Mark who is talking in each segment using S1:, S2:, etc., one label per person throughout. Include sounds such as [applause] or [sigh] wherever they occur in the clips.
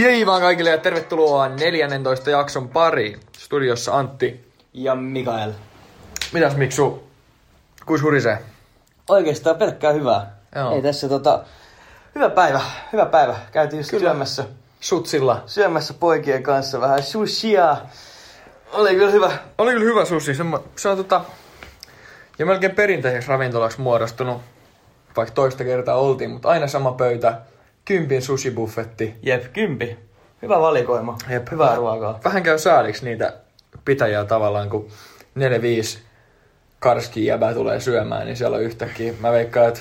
S1: Jei vaan kaikille ja tervetuloa 14 jakson pariin. Studiossa Antti.
S2: Ja Mikael.
S1: Mitäs Miksu? Kuis hurisee?
S2: Oikeastaan pelkkää hyvää.
S1: Joo.
S2: Ei tässä tota... Hyvä päivä, hyvä päivä. Käytiin just
S1: Kyllä.
S2: syömässä,
S1: Sutsilla.
S2: syömässä poikien kanssa vähän sushia. Oli kyllä hyvä.
S1: Oli kyllä hyvä sushi. Se, se on tota... Ja melkein perinteiseksi ravintolaksi muodostunut. Vaikka toista kertaa oltiin, mutta aina sama pöytä. Kympin sushibuffetti.
S2: Jep, kympi. Hyvä valikoima.
S1: Jep.
S2: Hyvää ruokaa.
S1: Vähän käy sääliksi niitä pitäjiä tavallaan, kun 4-5 karski jäbä tulee syömään, niin siellä on yhtäkkiä. Mä veikkaan, että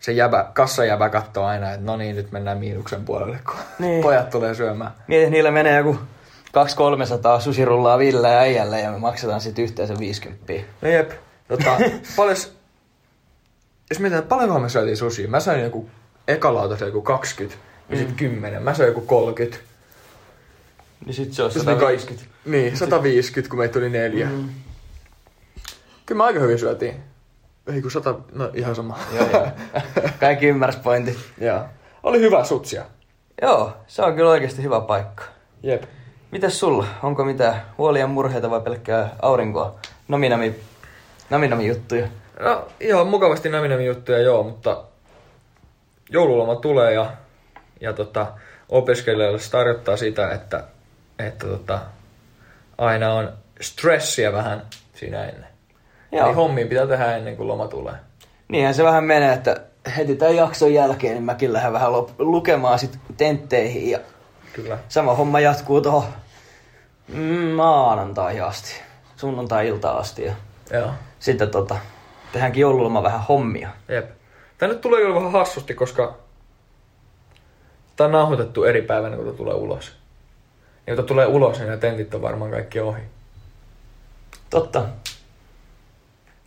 S1: se jäbä, kassajäbä katsoo aina, että no niin, nyt mennään miinuksen puolelle, kun niin.
S2: Niin.
S1: pojat tulee syömään.
S2: Mietin, niillä menee joku 200-300 susirullaa Ville ja äijälle ja me maksetaan sitten yhteensä 50.
S1: No jep. [laughs] Tota, paljon, jos mietitään, paljonkohan me syötiin susia. Mä söin joku ekalautas joku 20 ja sit 10. Mä söin joku 30.
S2: Niin sit se on
S1: Jos ne Siis kaikki- Niin, 150, kun meitä tuli neljä. Mm. Kyllä mä aika hyvin syötiin. Ei kun 100, no ihan sama.
S2: Joo, joo. Kaikki ymmärs pointti.
S1: [laughs] Joo. Oli hyvä sutsia.
S2: Joo, se on kyllä oikeasti hyvä paikka.
S1: Jep.
S2: Mitäs sulla? Onko mitään huolia, murheita vai pelkkää aurinkoa? No Nominami, nominami juttuja.
S1: No ihan mukavasti näminämi juttuja joo, mutta joululoma tulee ja, ja tota, opiskelijoille se tarjottaa sitä, että, että tota, aina on stressiä vähän siinä ennen. Joo.
S2: Joo.
S1: Eli hommia pitää tehdä ennen kuin loma tulee.
S2: Niinhän se vähän menee, että heti tämän jakson jälkeen niin mäkin lähden vähän lop- lukemaan sit tentteihin ja
S1: Kyllä.
S2: sama homma jatkuu tuohon maanantaihin asti, sunnuntai-iltaan asti ja
S1: Joo.
S2: sitten tota, tehdäänkin joululoma vähän hommia.
S1: Jep. Tää nyt tulee kyllä vähän hassusti, koska tää on nauhoitettu eri päivänä, kun tää tulee ulos. Ja kun tää tulee ulos, niin ne tentit on varmaan kaikki ohi.
S2: Totta.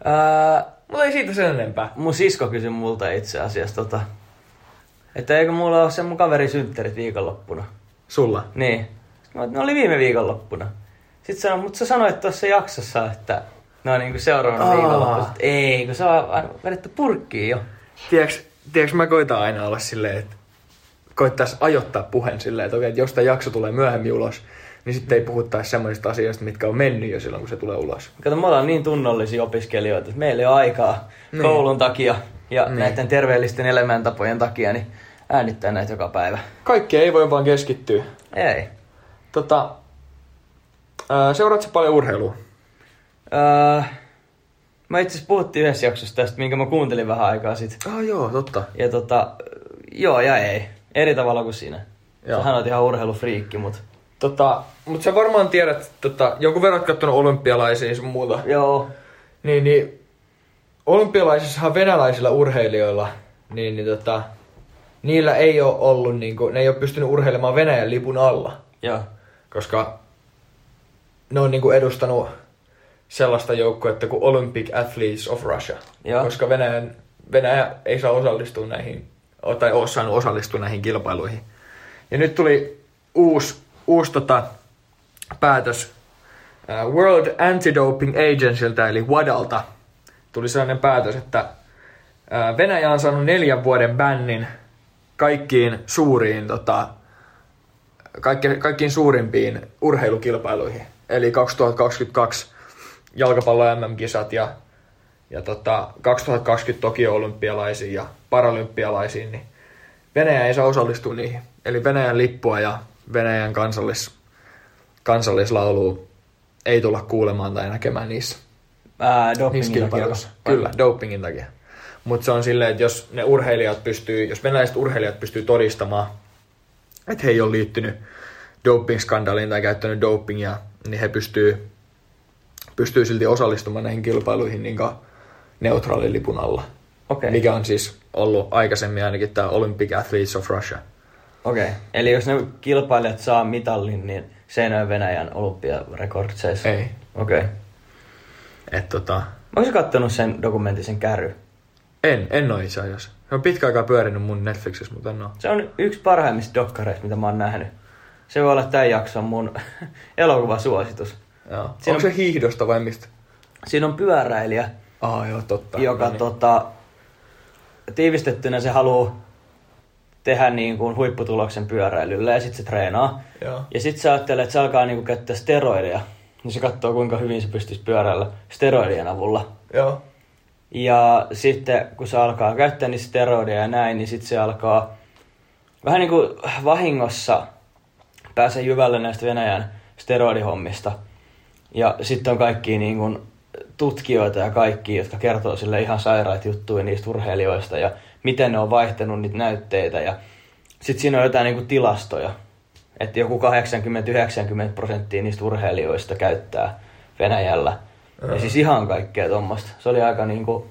S2: Ää,
S1: Mutta ei siitä sen enempää.
S2: Mun sisko kysyi multa itse asiassa tota, että eikö mulla ole sen mun kaveri synttärit viikonloppuna.
S1: Sulla?
S2: Niin. Sitten mä, oon, ne oli viime viikonloppuna. Sitten sanoin, mutta sä sanoit tuossa jaksossa, että ne on niinku seuraavana
S1: Aa.
S2: viikonloppuna. Sitten, Ei, kun se on aina vedetty purkkiin jo.
S1: Tiedäks, tiedäks mä koitan aina olla silleen, että koittais ajoittaa puheen silleen, että, okei, että jos tää jakso tulee myöhemmin ulos, niin sitten ei puhuttaisi semmoisista asioista, mitkä on mennyt jo silloin, kun se tulee ulos.
S2: Kato, me ollaan niin tunnollisia opiskelijoita, että meillä ei ole aikaa koulun takia ja
S1: Niin.
S2: näiden terveellisten elämäntapojen takia, niin äänittää näitä joka päivä.
S1: Kaikkea ei voi vaan keskittyä.
S2: Ei.
S1: Tota, ää, seuraatko paljon urheilua?
S2: Öö, mä itse asiassa puhuttiin yhdessä jaksossa tästä, minkä mä kuuntelin vähän aikaa sitten.
S1: Ah joo, totta.
S2: Ja tota, joo ja ei. Eri tavalla kuin sinä.
S1: Joo.
S2: Joo. Sähän oot ihan urheilufriikki, mut...
S1: Tota, mutta sä varmaan tiedät, tota, jonkun verran oot kattonut olympialaisia ja sun muuta.
S2: Joo.
S1: Niin, niin olympialaisissahan venäläisillä urheilijoilla, niin, niin tota, niillä ei ole ollut, niin kuin, ne ei ole pystynyt urheilemaan Venäjän lipun alla,
S2: Joo.
S1: koska ne on niin kuin edustanut sellaista joukkuetta kuin Olympic Athletes of Russia,
S2: Joo.
S1: koska Venäjän, Venäjä ei saa osallistua näihin, tai ole saanut osallistua näihin kilpailuihin. Ja nyt tuli uusi, uusi tota, päätös ää, World Anti-Doping Agencyltä, eli WADALta, tuli sellainen päätös, että ää, Venäjä on saanut neljän vuoden bännin kaikkiin suuriin, tota, kaikki, kaikkiin suurimpiin urheilukilpailuihin. Eli 2022 jalkapallo MM-kisat ja, ja tota, 2020 Tokio-olympialaisiin ja paralympialaisiin, niin Venäjä ei saa osallistua niihin. Eli Venäjän lippua ja Venäjän kansallis, kansallislaulua ei tulla kuulemaan tai näkemään niissä,
S2: Ää, dopingin
S1: niissä
S2: takia.
S1: kilpailuissa. Kyllä, dopingin takia. Mutta se on silleen, että jos ne urheilijat pystyy, jos venäläiset urheilijat pystyy todistamaan, että he ei ole liittynyt doping-skandaaliin tai käyttänyt dopingia, niin he pystyy, pystyy silti osallistumaan näihin kilpailuihin niin neutraalin lipun alla.
S2: Okei. Okay.
S1: Mikä on siis ollut aikaisemmin ainakin tämä Olympic Athletes of Russia.
S2: Okei. Okay. Eli jos ne kilpailijat saa mitallin, niin se ei ole Venäjän olympiarekordseissa.
S1: Ei.
S2: Okei. Okay.
S1: Et tota,
S2: Onko sä kattonut sen dokumentin, sen käry?
S1: en, en ole itse asiassa. Se on pitkä aikaa pyörinyt mun Netflixissä, mutta en ole.
S2: Se on yksi parhaimmista dokkareista, mitä mä oon nähnyt. Se voi olla tämän jakson mun [laughs] elokuvasuositus.
S1: Joo.
S2: Siinä
S1: Onko se hiihdosta vai mistä?
S2: Siinä on pyöräilijä,
S1: Aa, joo, totta.
S2: joka
S1: No niin.
S2: tota, tiivistettynä se haluaa tehdä niin kuin huipputuloksen pyöräilyllä ja sitten se treenaa.
S1: Joo.
S2: Ja sitten se ajattelee, että se alkaa niin kuin käyttää steroideja. Niin se katsoo, kuinka hyvin se pystyisi pyöräillä steroidien avulla.
S1: Joo.
S2: Ja sitten kun se alkaa käyttää niitä steroideja ja näin, niin sitten se alkaa vähän niin kuin vahingossa pääsee jyvälle näistä Venäjän steroidihommista. Ja sitten on kaikki niin kuin tutkijoita ja kaikki, jotka kertoo sille ihan sairaita juttuja niistä urheilijoista ja miten ne on vaihtanut niitä näytteitä. Ja sitten siinä on jotain niin kuin tilastoja, että joku 80-90 prosenttia niistä urheilijoista käyttää Venäjällä. Ja siis ihan kaikkea tuommoista. Se oli aika niinku...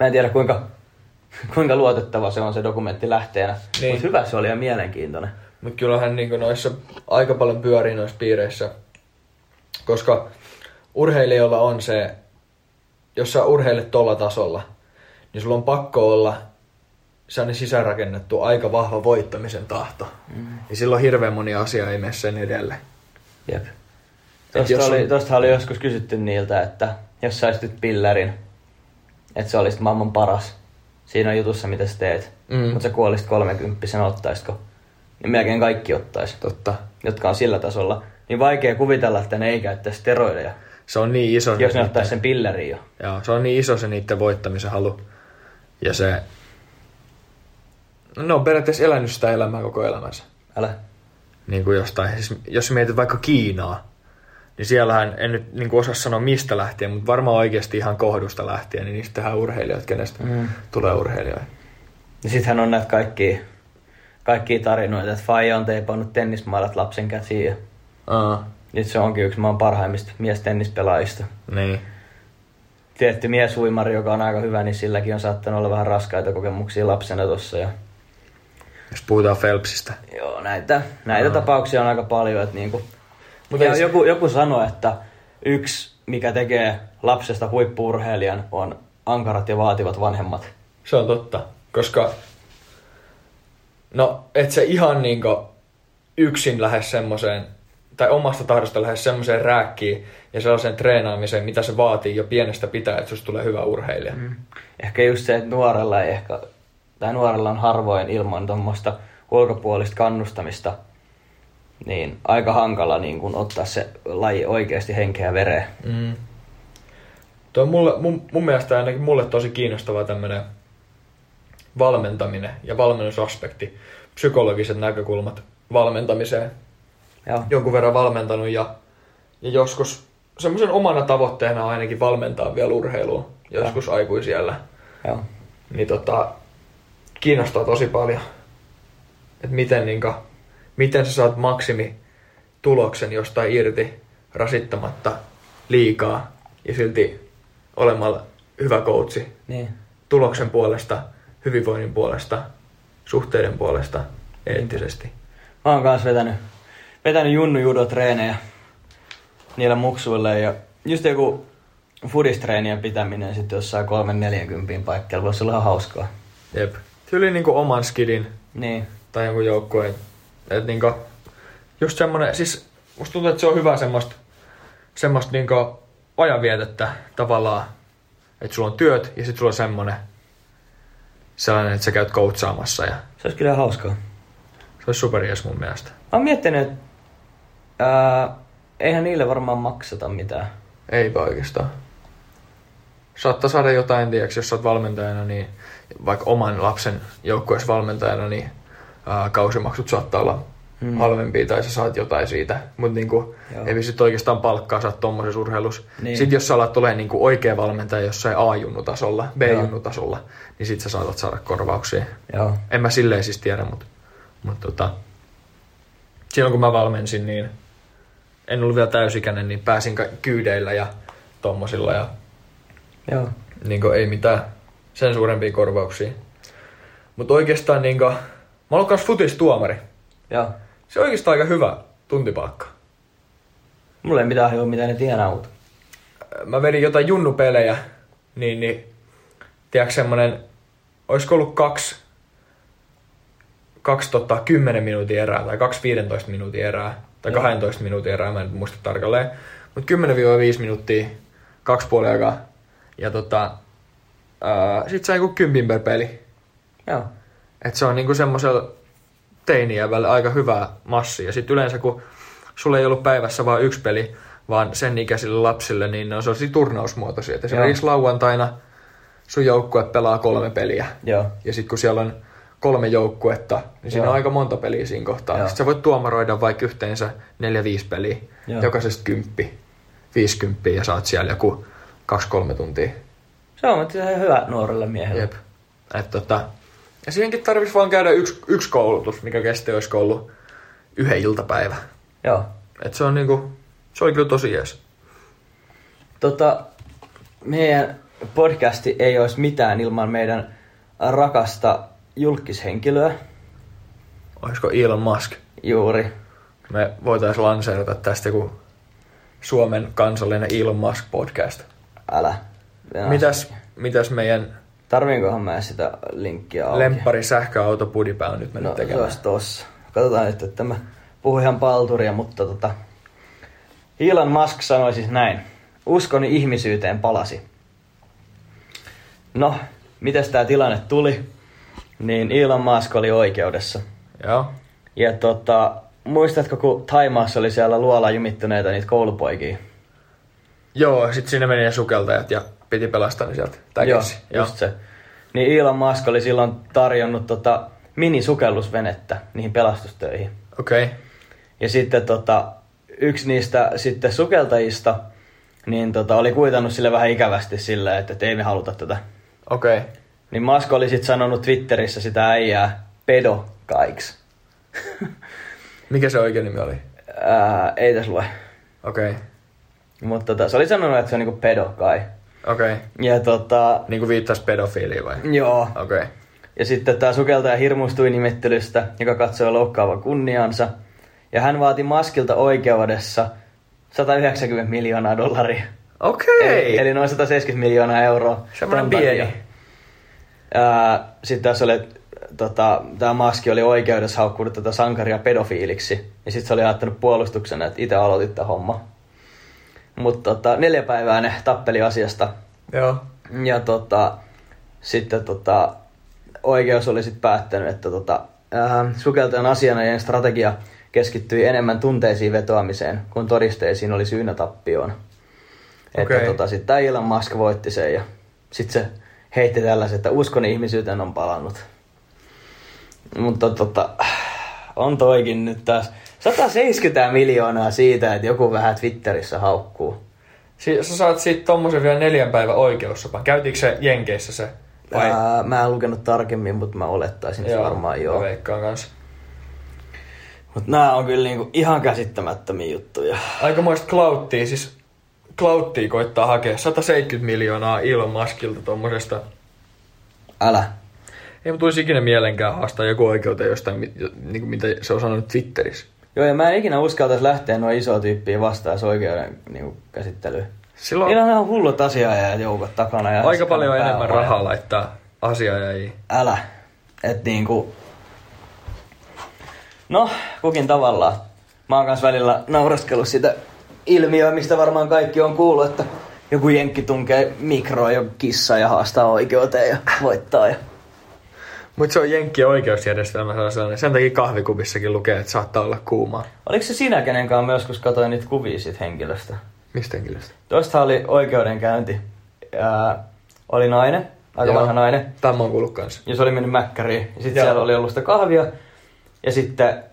S2: Mä en tiedä kuinka, [laughs] kuinka luotettava se on se dokumentti lähteenä.
S1: Niin.
S2: Niin. Mutta hyvä se oli ja mielenkiintoinen.
S1: Mutta kyllähän niin noissa aika paljon pyörii noissa piireissä, koska urheilijoilla on se, jos sä urheilet tuolla tasolla, niin sulla on pakko olla sellainen sisäänrakennettu aika vahva voittamisen tahto. Mm. Ja silloin hirveän moni asia ei mene sen edelle.
S2: Jep. Tosta,
S1: jos on-
S2: oli, tosta oli joskus kysytty niiltä, että jos sä olisit nyt pillerin, että sä olisit maailman paras siinä jutussa, mitä sä teet,
S1: Mm.
S2: mm. mutta sä kuolisit kolmekymppisenä, ottaisitko? Niin melkein kaikki ottais,
S1: Totta.
S2: jotka on sillä tasolla. Niin vaikea kuvitella, että ne ei käyttäisi steroideja,
S1: Se on niin iso.
S2: jos ne
S1: niitten-
S2: ottaisi sen pillerin jo.
S1: Joo, se on niin iso se niiden voittamisen halu. Ja se... No, ne on periaatteessa elänyt sitä elämää koko elämänsä.
S2: Älä.
S1: niin kuin jostain. Siis jos mietit vaikka Kiinaa, niin siellähän, en nyt niin kuin osaa sanoa mistä lähtien, mutta varmaan oikeasti ihan kohdusta lähtien, niin niistä tehdään urheilijoita, kenestä mm. tulee urheilijoita.
S2: Ja sittenhän on näitä kaikki, kaikki tarinoita, että Faija on teipannut tennismailat lapsen käsiin ja
S1: Uh,
S2: nyt se onkin yksi maan parhaimmista miestennispelaajista.
S1: niin.
S2: Tietty miesuimari, joka on aika hyvä, niin silläkin on saattanut olla vähän raskaita kokemuksia lapsena tossa. Ja...
S1: Jos puhutaan Phelpsistä.
S2: Joo, näitä, näitä tapauksia on aika paljon. Että niinku...
S1: Mutta
S2: Mutta ja
S1: ei-
S2: joku, joku sanoi, että yksi, mikä tekee lapsesta huippuurheilijan, on ankarat ja vaativat vanhemmat.
S1: Se on totta, koska no et se ihan niinku yksin lähde semmoiseen, tai omasta tahdosta lähde semmoiseen rääkkiin ja sellaiseen treenaamiseen, mitä se vaatii jo pienestä pitää, että susta tulee hyvä urheilija. Mm.
S2: ehkä just se, että nuorella ei ehkä, tai nuorella on harvoin ilman tuommoista ulkopuolista kannustamista, niin aika hankala niin kun ottaa se laji oikeasti henkeä ja vereä.
S1: Mm. Tuo on mulle, mun, mun mielestä ainakin mulle tosi kiinnostava tämmöinen valmentaminen ja valmennusaspekti, psykologiset näkökulmat valmentamiseen.
S2: Joo.
S1: Jonkun verran valmentanut ja, ja joskus semmoisen omana tavoitteena ainakin valmentaa vielä urheilua, joskus aikuisiellä.
S2: Joo.
S1: Niin tota, kiinnostaa tosi paljon, että miten, niinka, miten sä saat maksimi tuloksen jostain irti rasittamatta liikaa ja silti olemalla hyvä koutsi
S2: Niin.
S1: tuloksen puolesta, hyvinvoinnin puolesta, suhteiden puolesta, eettisesti.
S2: Mä oon kanssa vetänyt, vetänyt junnu judo treenejä niillä muksuille ja just joku fudistreenien pitäminen sitten jossain 340 paikkeilla voisi olla ihan hauskaa.
S1: Jep. Tyli niinku oman skidin
S2: Niin.
S1: tai jonkun joukkueen. Et niinku, just semmonen, siis musta tuntuu, että se on hyvä semmoista semmoist niinku ajanvietettä tavallaan, että sulla on työt ja sit sulla on semmonen sellainen, että sä käyt koutsaamassa ja
S2: Se olisi kyllä ihan hauskaa.
S1: se olisi superjes mun mielestä.
S2: Mä oon miettinyt, että ää, eihän niille varmaan makseta mitään.
S1: Eipä oikeastaan. Saattaa saada jotain, tiiäks, jos sä oot valmentajana, niin vaikka oman lapsen joukkueessa valmentajana, niin ää, kausimaksut saattaa olla hmm. halvempia tai sä saat jotain siitä. Mutta niinku,
S2: Mm. Joo.
S1: ei sit oikeastaan palkkaa saa tommosessa urheilussa. Niin.
S2: Niin.
S1: Sitten jos sä alat tulee niinku oikea valmentaja jossain A-junnutasolla, B-junnutasolla, niin sit sä saatat saada korvauksia.
S2: Joo.
S1: En mä silleen siis tiedä, mutta mut tota, silloin kun mä valmensin, niin en ollut vielä täysikäinen, niin pääsin ka- kyydeillä ja tommosilla ja
S2: Joo.
S1: niin ei mitään sen suurempia korvauksia. Mutta oikeastaan niin mä olen myös futistuomari.
S2: Joo.
S1: Se on oikeastaan aika hyvä tuntipalkka.
S2: Mulla ei mitään hajua, mitä ne tienaa, mutta...
S1: Mä vedin jotain junnupelejä, niin, niin tiedätkö semmonen, olisiko ollut kaksi, kaksi tota, 10 minuutin erää tai kaksi 15 minuutin erää tai 12 minuutin erää, mä en muista tarkalleen. Mutta 10-5 minuuttia, kaksi puoli aikaa. Ja tota, ää, sit sai joku kympin per peli.
S2: Joo.
S1: Et se on niinku semmoisella teiniävällä aika hyvää massia. Sitten yleensä kun sulla ei ollut päivässä vain yksi peli, vaan sen ikäisille lapsille, niin ne on sellaisia turnausmuotoisia. Et esimerkiksi lauantaina sun joukkue pelaa kolme peliä.
S2: Joo.
S1: Ja sitten kun siellä on kolme joukkuetta, niin siinä
S2: Joo.
S1: on aika monta peliä siinä kohtaa.
S2: Joo.
S1: Sitten sä voit tuomaroida vaikka yhteensä neljä-viisi peliä,
S2: Joo.
S1: jokaisesta kymppi, viisikymppiä ja saat siellä joku kaksi-kolme tuntia.
S2: Se on mutta se on ihan hyvä nuorelle miehelle.
S1: Jep. Et tota, ja siihenkin tarvitsisi vaan käydä yksi, yksi koulutus, mikä kesti olisiko ollut yhden iltapäivä.
S2: Joo.
S1: Et se on niinku, se oli kyllä tosi jees.
S2: Tota, meidän podcasti ei olisi mitään ilman meidän rakasta julkishenkilöä.
S1: Olisiko Elon Musk?
S2: Juuri.
S1: Me voitaisiin lanseerata tästä joku Suomen kansallinen Elon Musk podcast.
S2: Älä.
S1: Mitäs, mitäs meidän
S2: Tarviinkohan mä edes sitä linkkiä auki?
S1: lemppari sähköauto pudipää on nyt mennyt
S2: no, se
S1: tekemään?
S2: olisi tossa. Katsotaan nyt, että mä puhun ihan palturia, mutta tota... Elon Musk sanoi siis näin. Uskoni ihmisyyteen palasi. No, mitäs tää tilanne tuli? Niin Elon Musk oli oikeudessa.
S1: Joo.
S2: Ja tota, muistatko, kun Taimaassa oli siellä luola jumittuneita niitä koulupoikia?
S1: Joo, sit sinne meni ne sukeltajat ja piti pelastaa ne sieltä. Tai
S2: Joo,
S1: kessi. Joo.
S2: just se. Niin Elon Musk oli silloin tarjonnut tota minisukellusvenettä niihin pelastustöihin.
S1: Okei. Okay.
S2: Ja sitten tota, yksi niistä sitten sukeltajista niin tota, oli kuitannut sille vähän ikävästi sillä, että, että ei me haluta tätä.
S1: Okei. Okay.
S2: Niin Musk oli sitten sanonut Twitterissä sitä äijää pedo kaiks.
S1: Mikä se oikein nimi oli?
S2: Ää, ei tässä lue.
S1: Okei. Okay.
S2: Mutta tota, se oli sanonut, että se on niinku pedo kai.
S1: Okei. Okay.
S2: Ja tota,
S1: Niin kuin viittas pedofiiliin vai?
S2: joo,
S1: Okei. Okay.
S2: Ja sitten tämä sukeltaja hirmuistui nimittelystä, joka katsoi loukkaavan kunniansa. Ja hän vaati Maskilta oikeudessa 190 miljoonaa dollaria.
S1: Okei.
S2: Eli, eli noin 170 miljoonaa euroa.
S1: Semmoinen
S2: Tämän
S1: pieni.
S2: takia. Ää, sitten tässä oli, tota, tämä Maski oli oikeudessa haukkunut tätä sankaria pedofiiliksi. Ja sitten se oli ajattanut puolustuksena, että itse aloitit tämän homma. Mutta tota, neljä päivää ne tappeli asiasta.
S1: Joo.
S2: Ja tota, sitten tota, oikeus oli sitten päättänyt, että tota, ää, sukeltajan asianajan strategia keskittyi enemmän tunteisiin vetoamiseen, kun todisteisiin oli syynä tappioon. Okay. Että
S1: Okei.
S2: tota, sitten tämä Elon Musk voitti sen ja sitten se heitti tällaisen, että uskon ihmisyyteen on palannut. Mutta tota, on toikin nyt taas 170 miljoonaa siitä, että joku vähän Twitterissä haukkuu.
S1: Si- sä saat siitä tommosen vielä neljän päivän oikeussopan. Käytiinkö se Jenkeissä se? Vai?
S2: Ää, mä en lukenut tarkemmin, mutta mä olettaisin että varmaan
S1: Mä
S2: joo.
S1: veikkaan kanssa.
S2: Mutta nämä on kyllä niinku ihan käsittämättömiä juttuja.
S1: Aikamoista klauttia, siis klauttia koittaa hakea 170 miljoonaa Elon Muskilta tommosesta.
S2: Älä.
S1: Ei mun tulisi ikinä mielenkään haastaa joku oikeuteen jostain, mi- jo- niinku mitä se on sanonut Twitterissä.
S2: Joo, ja mä en ikinä uskaltaisi lähteä noin isoa tyyppiä vastaan se oikeuden niinku, käsittelyyn.
S1: Silloin
S2: Niillä on ihan hullut asiaa ja joukot takana. Ja
S1: aika paljon
S2: pääomaa.
S1: enemmän rahaa laittaa asiaajajiin.
S2: Älä. Et niinku... No, kukin tavallaan. Mä oon kans välillä nauraskellut sitä ilmiöä, mistä varmaan kaikki on kuullut, että joku jenkki tunkee mikroa ja kissa ja haastaa oikeuteen ja voittaa. Ja...
S1: Mutta se on Jenkkien oikeusjärjestelmä se on sellainen. Sen takia kahvikupissakin lukee, että saattaa olla kuumaa.
S2: Oliko se sinä, kenen kanssa mä joskus katsoin niitä kuvia siitä henkilöstä?
S1: Mistä henkilöstä?
S2: Toista oli oikeudenkäynti. Ää, oli nainen, aika
S1: Joo.
S2: vanha nainen.
S1: Tämä mä oon kuullut kanssa.
S2: Ja se oli mennyt mäkkäriin. Ja sitten
S1: Joo.
S2: siellä oli ollut sitä kahvia. Ja sitten...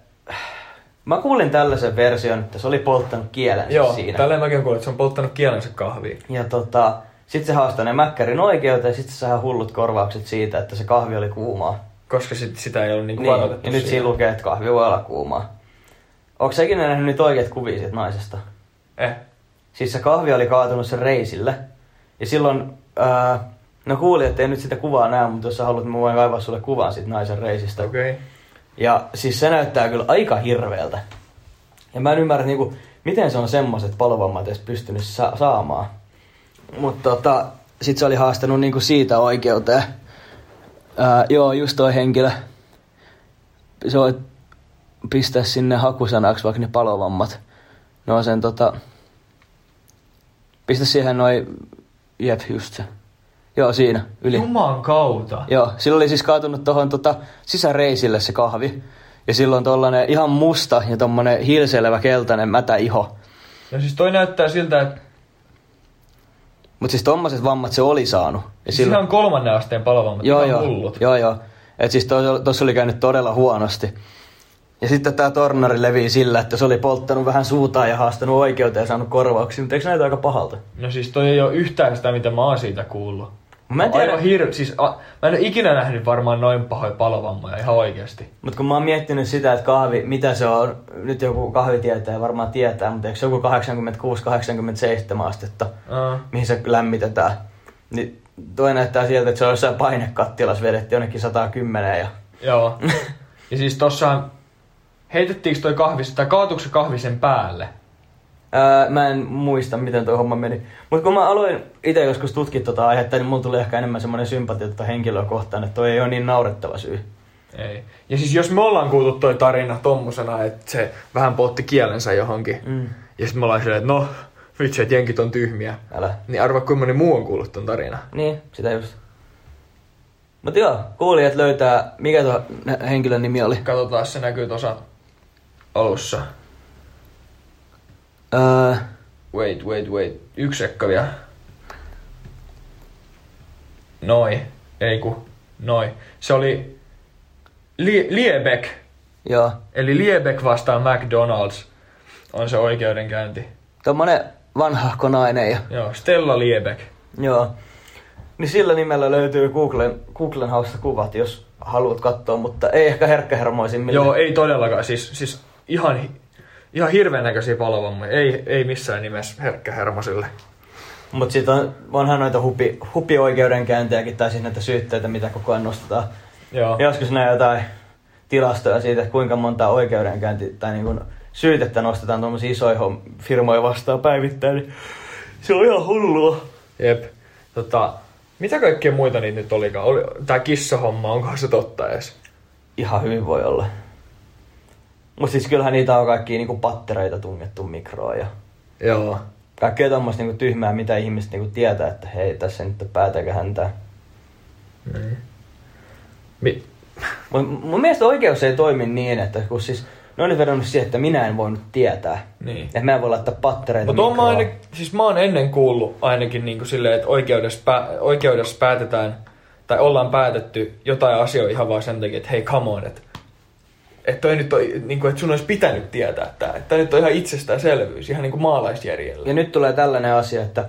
S2: Mä kuulin tällaisen version, että se oli polttanut kielen
S1: Joo,
S2: siinä.
S1: tällä mäkin oon kuullut, että se on polttanut kielensa kahviin.
S2: Ja tota, sitten se haastaa ne mäkkärin oikeuteen ja sitten se saa hullut korvaukset siitä, että se kahvi oli kuumaa.
S1: Koska sit, sitä ei ole niinku
S2: Niin,
S1: varoitettu
S2: ja nyt
S1: siihen.
S2: siinä lukee, että kahvi voi olla kuumaa. Onko sä ikinä nähnyt niitä oikeat kuvia siitä naisesta?
S1: Eh.
S2: Siis se kahvi oli kaatunut sen reisille. Ja silloin, ää, no kuulin, että ei nyt sitä kuvaa näe, mutta jos sä haluat, mä voin kaivaa sulle kuvan siitä naisen reisistä.
S1: Okei. Okay.
S2: Ja siis se näyttää kyllä aika hirveältä. Ja mä en ymmärrä, niinku, miten se on semmoiset palovammat edes pystynyt sa- saamaan. Mutta tota, sit se oli haastanut niinku siitä oikeuteen. Ää, joo, just toi henkilö. Se voi pistää sinne hakusanaksi vaikka ne palovammat. No sen tota... Pistä siihen noin... Jep, just se. Joo, siinä, yli.
S3: Juman kautta.
S2: Joo, sillä oli siis kaatunut tuohon tota, sisäreisille se kahvi. Ja silloin tollanen ihan musta ja tommonen hiilselevä keltainen mätä iho.
S1: No
S3: Ja siis toi näyttää siltä, että
S2: Mut siis tommoset vammat se oli saanut.
S1: siis
S2: Ja
S3: Silloin... siinä on kolmannen asteen palovammat,
S2: joo,
S3: Siis ihan
S2: joo,
S3: hullut.
S2: joo, joo. Et siis tuossa tos oli käynyt todella huonosti. Ja sitten tämä tornari levii sillä, että se oli polttanut vähän suutaan ja haastanut oikeuteen ja saanut korvauksia, mutta eikö näitä aika pahalta?
S3: No siis toi ei ole yhtään sitä, mitä mä oon siitä kuullut.
S2: Mä en tiedä,
S3: Aivan hir... siis, a... mä en ole ikinä nähnyt varmaan noin pahoja palovammoja ihan oikeasti.
S2: Mutta kun mä oon miettinyt sitä, että kahvi, mitä se on, nyt joku kahvitietäjä varmaan tietää, mutta eikö se joku 86-87 astetta,
S3: Uh.
S2: mihin se lämmitetään, niin toi näyttää siltä, että se on jossain painekattilassa vedetty jonnekin 110 ja...
S1: [laughs]
S3: Joo. ja siis tossahan heitettiinkö toi kahvi, tai kaatuuko se kahvi sen päälle?
S2: Öö, mä en muista, miten toi homma meni. Mutta kun mä aloin itse joskus tutkia tota aihetta, niin mulla tuli ehkä enemmän semmoinen sympatia tota henkilöä kohtaan, että toi ei ole niin naurettava syy.
S1: Ei. Ja siis jos me ollaan kuultu toi tarina tommosena, että se vähän poltti kielensä johonkin, mm.
S2: Mm.
S1: ja sitten me ollaan silleen, että no, vitsi, että jenkit on tyhmiä.
S2: Älä.
S1: Niin arva, kuinka moni muu on kuullut ton tarina.
S2: Niin, sitä just. Mut joo, kuulijat löytää, mikä tuo nä- henkilön nimi oli.
S1: Katsotaan, se näkyy tuossa alussa.
S2: Öö,
S1: Wait, wait, wait. Yksi sekka vielä. Noi. Ei ku. Noi. Se oli Lie- Liebeck.
S2: joo.
S1: Eli Liebeck vastaan McDonald's on se oikeudenkäynti.
S2: Tommonen vanhahko nainen ja...
S1: Joo, Stella Liebeck.
S2: Joo. Niin sillä nimellä löytyy Googlen, Googlen hausta kuvat, jos haluat katsoa, mutta ei ehkä herkkähermoisimmille.
S1: Joo, ei todellakaan. Siis, siis ihan, hi- ihan hirveän näköisiä palovammoja. Ei, ei missään nimessä herkkä hermosille.
S2: Mutta sitten on, onhan noita hupi, hupioikeudenkäyntejäkin tai siis näitä syytteitä, mitä koko ajan nostetaan.
S1: Joo.
S2: Ja Joskus näin jotain tilastoja siitä, että kuinka monta oikeudenkäynti tai niin kun syytettä nostetaan tuommoisia isoja homm- firmoja vastaan päivittäin, niin se on ihan hullua.
S1: Jep. Tota, mitä kaikkea muita niitä nyt olikaan? Oli, tää kissahomma, onko se totta edes?
S2: Ihan hyvin voi olla. Mutta siis kyllähän niitä on kaikki niinku pattereita tungettu mikroon ja
S1: Joo.
S2: kaikkea tuommoista niinku tyhmää, mitä ihmiset niinku tietää, että hei, tässä nyt on päätäkö häntää.
S1: Mi-
S2: Mun, mun mielestä oikeus ei toimi niin, että kun siis ne on nyt vedonnut siihen, että minä en voinut tietää.
S1: Niin.
S2: Että mä en voi laittaa pattereita
S1: Mutta on mä
S2: mikroon.
S1: ainakin, siis mä oon ennen kuullut ainakin niin kuin silleen, että oikeudessa, pä, oikeudessa päätetään tai ollaan päätetty jotain asioita ihan vaan sen takia, että hei come on, että että toi nyt on, niin kuin, että sun olisi pitänyt tietää tää. Että tää nyt on ihan itsestäänselvyys, ihan niin kuin maalaisjärjellä.
S2: Ja nyt tulee tällainen asia, että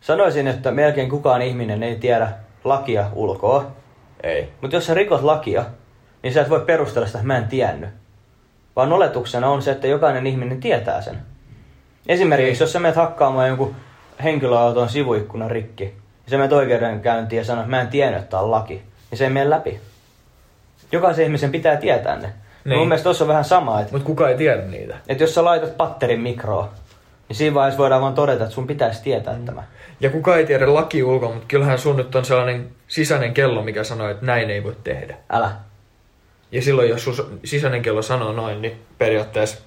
S2: sanoisin, että melkein kukaan ihminen ei tiedä lakia ulkoa.
S1: Ei.
S2: Mutta jos sä rikot lakia, niin sä et voi perustella sitä, että mä en tiennyt. Vaan oletuksena on se, että jokainen ihminen tietää sen. Esimerkiksi jos sä menet hakkaamaan jonkun henkilöauton sivuikkunan rikki, ja sä menet oikeudenkäyntiin ja sanot, että mä en tiennyt, että tää on laki, niin se ei mene läpi. Jokaisen ihmisen pitää tietää ne. Niin.
S1: Niin.
S2: Mun mielestä tuossa on vähän sama, että,
S1: Mutta kuka ei tiedä niitä.
S2: että jos sä laitat patterin mikroon, niin siinä vaiheessa voidaan vaan todeta, että sun pitäisi tietää mm. tämä.
S1: Ja kuka ei tiedä laki ulkoa, mutta kyllähän sun nyt on sellainen sisäinen kello, mikä sanoo, että näin ei voi tehdä.
S2: Älä.
S1: Ja silloin, jos sun sisäinen kello sanoo noin, niin periaatteessa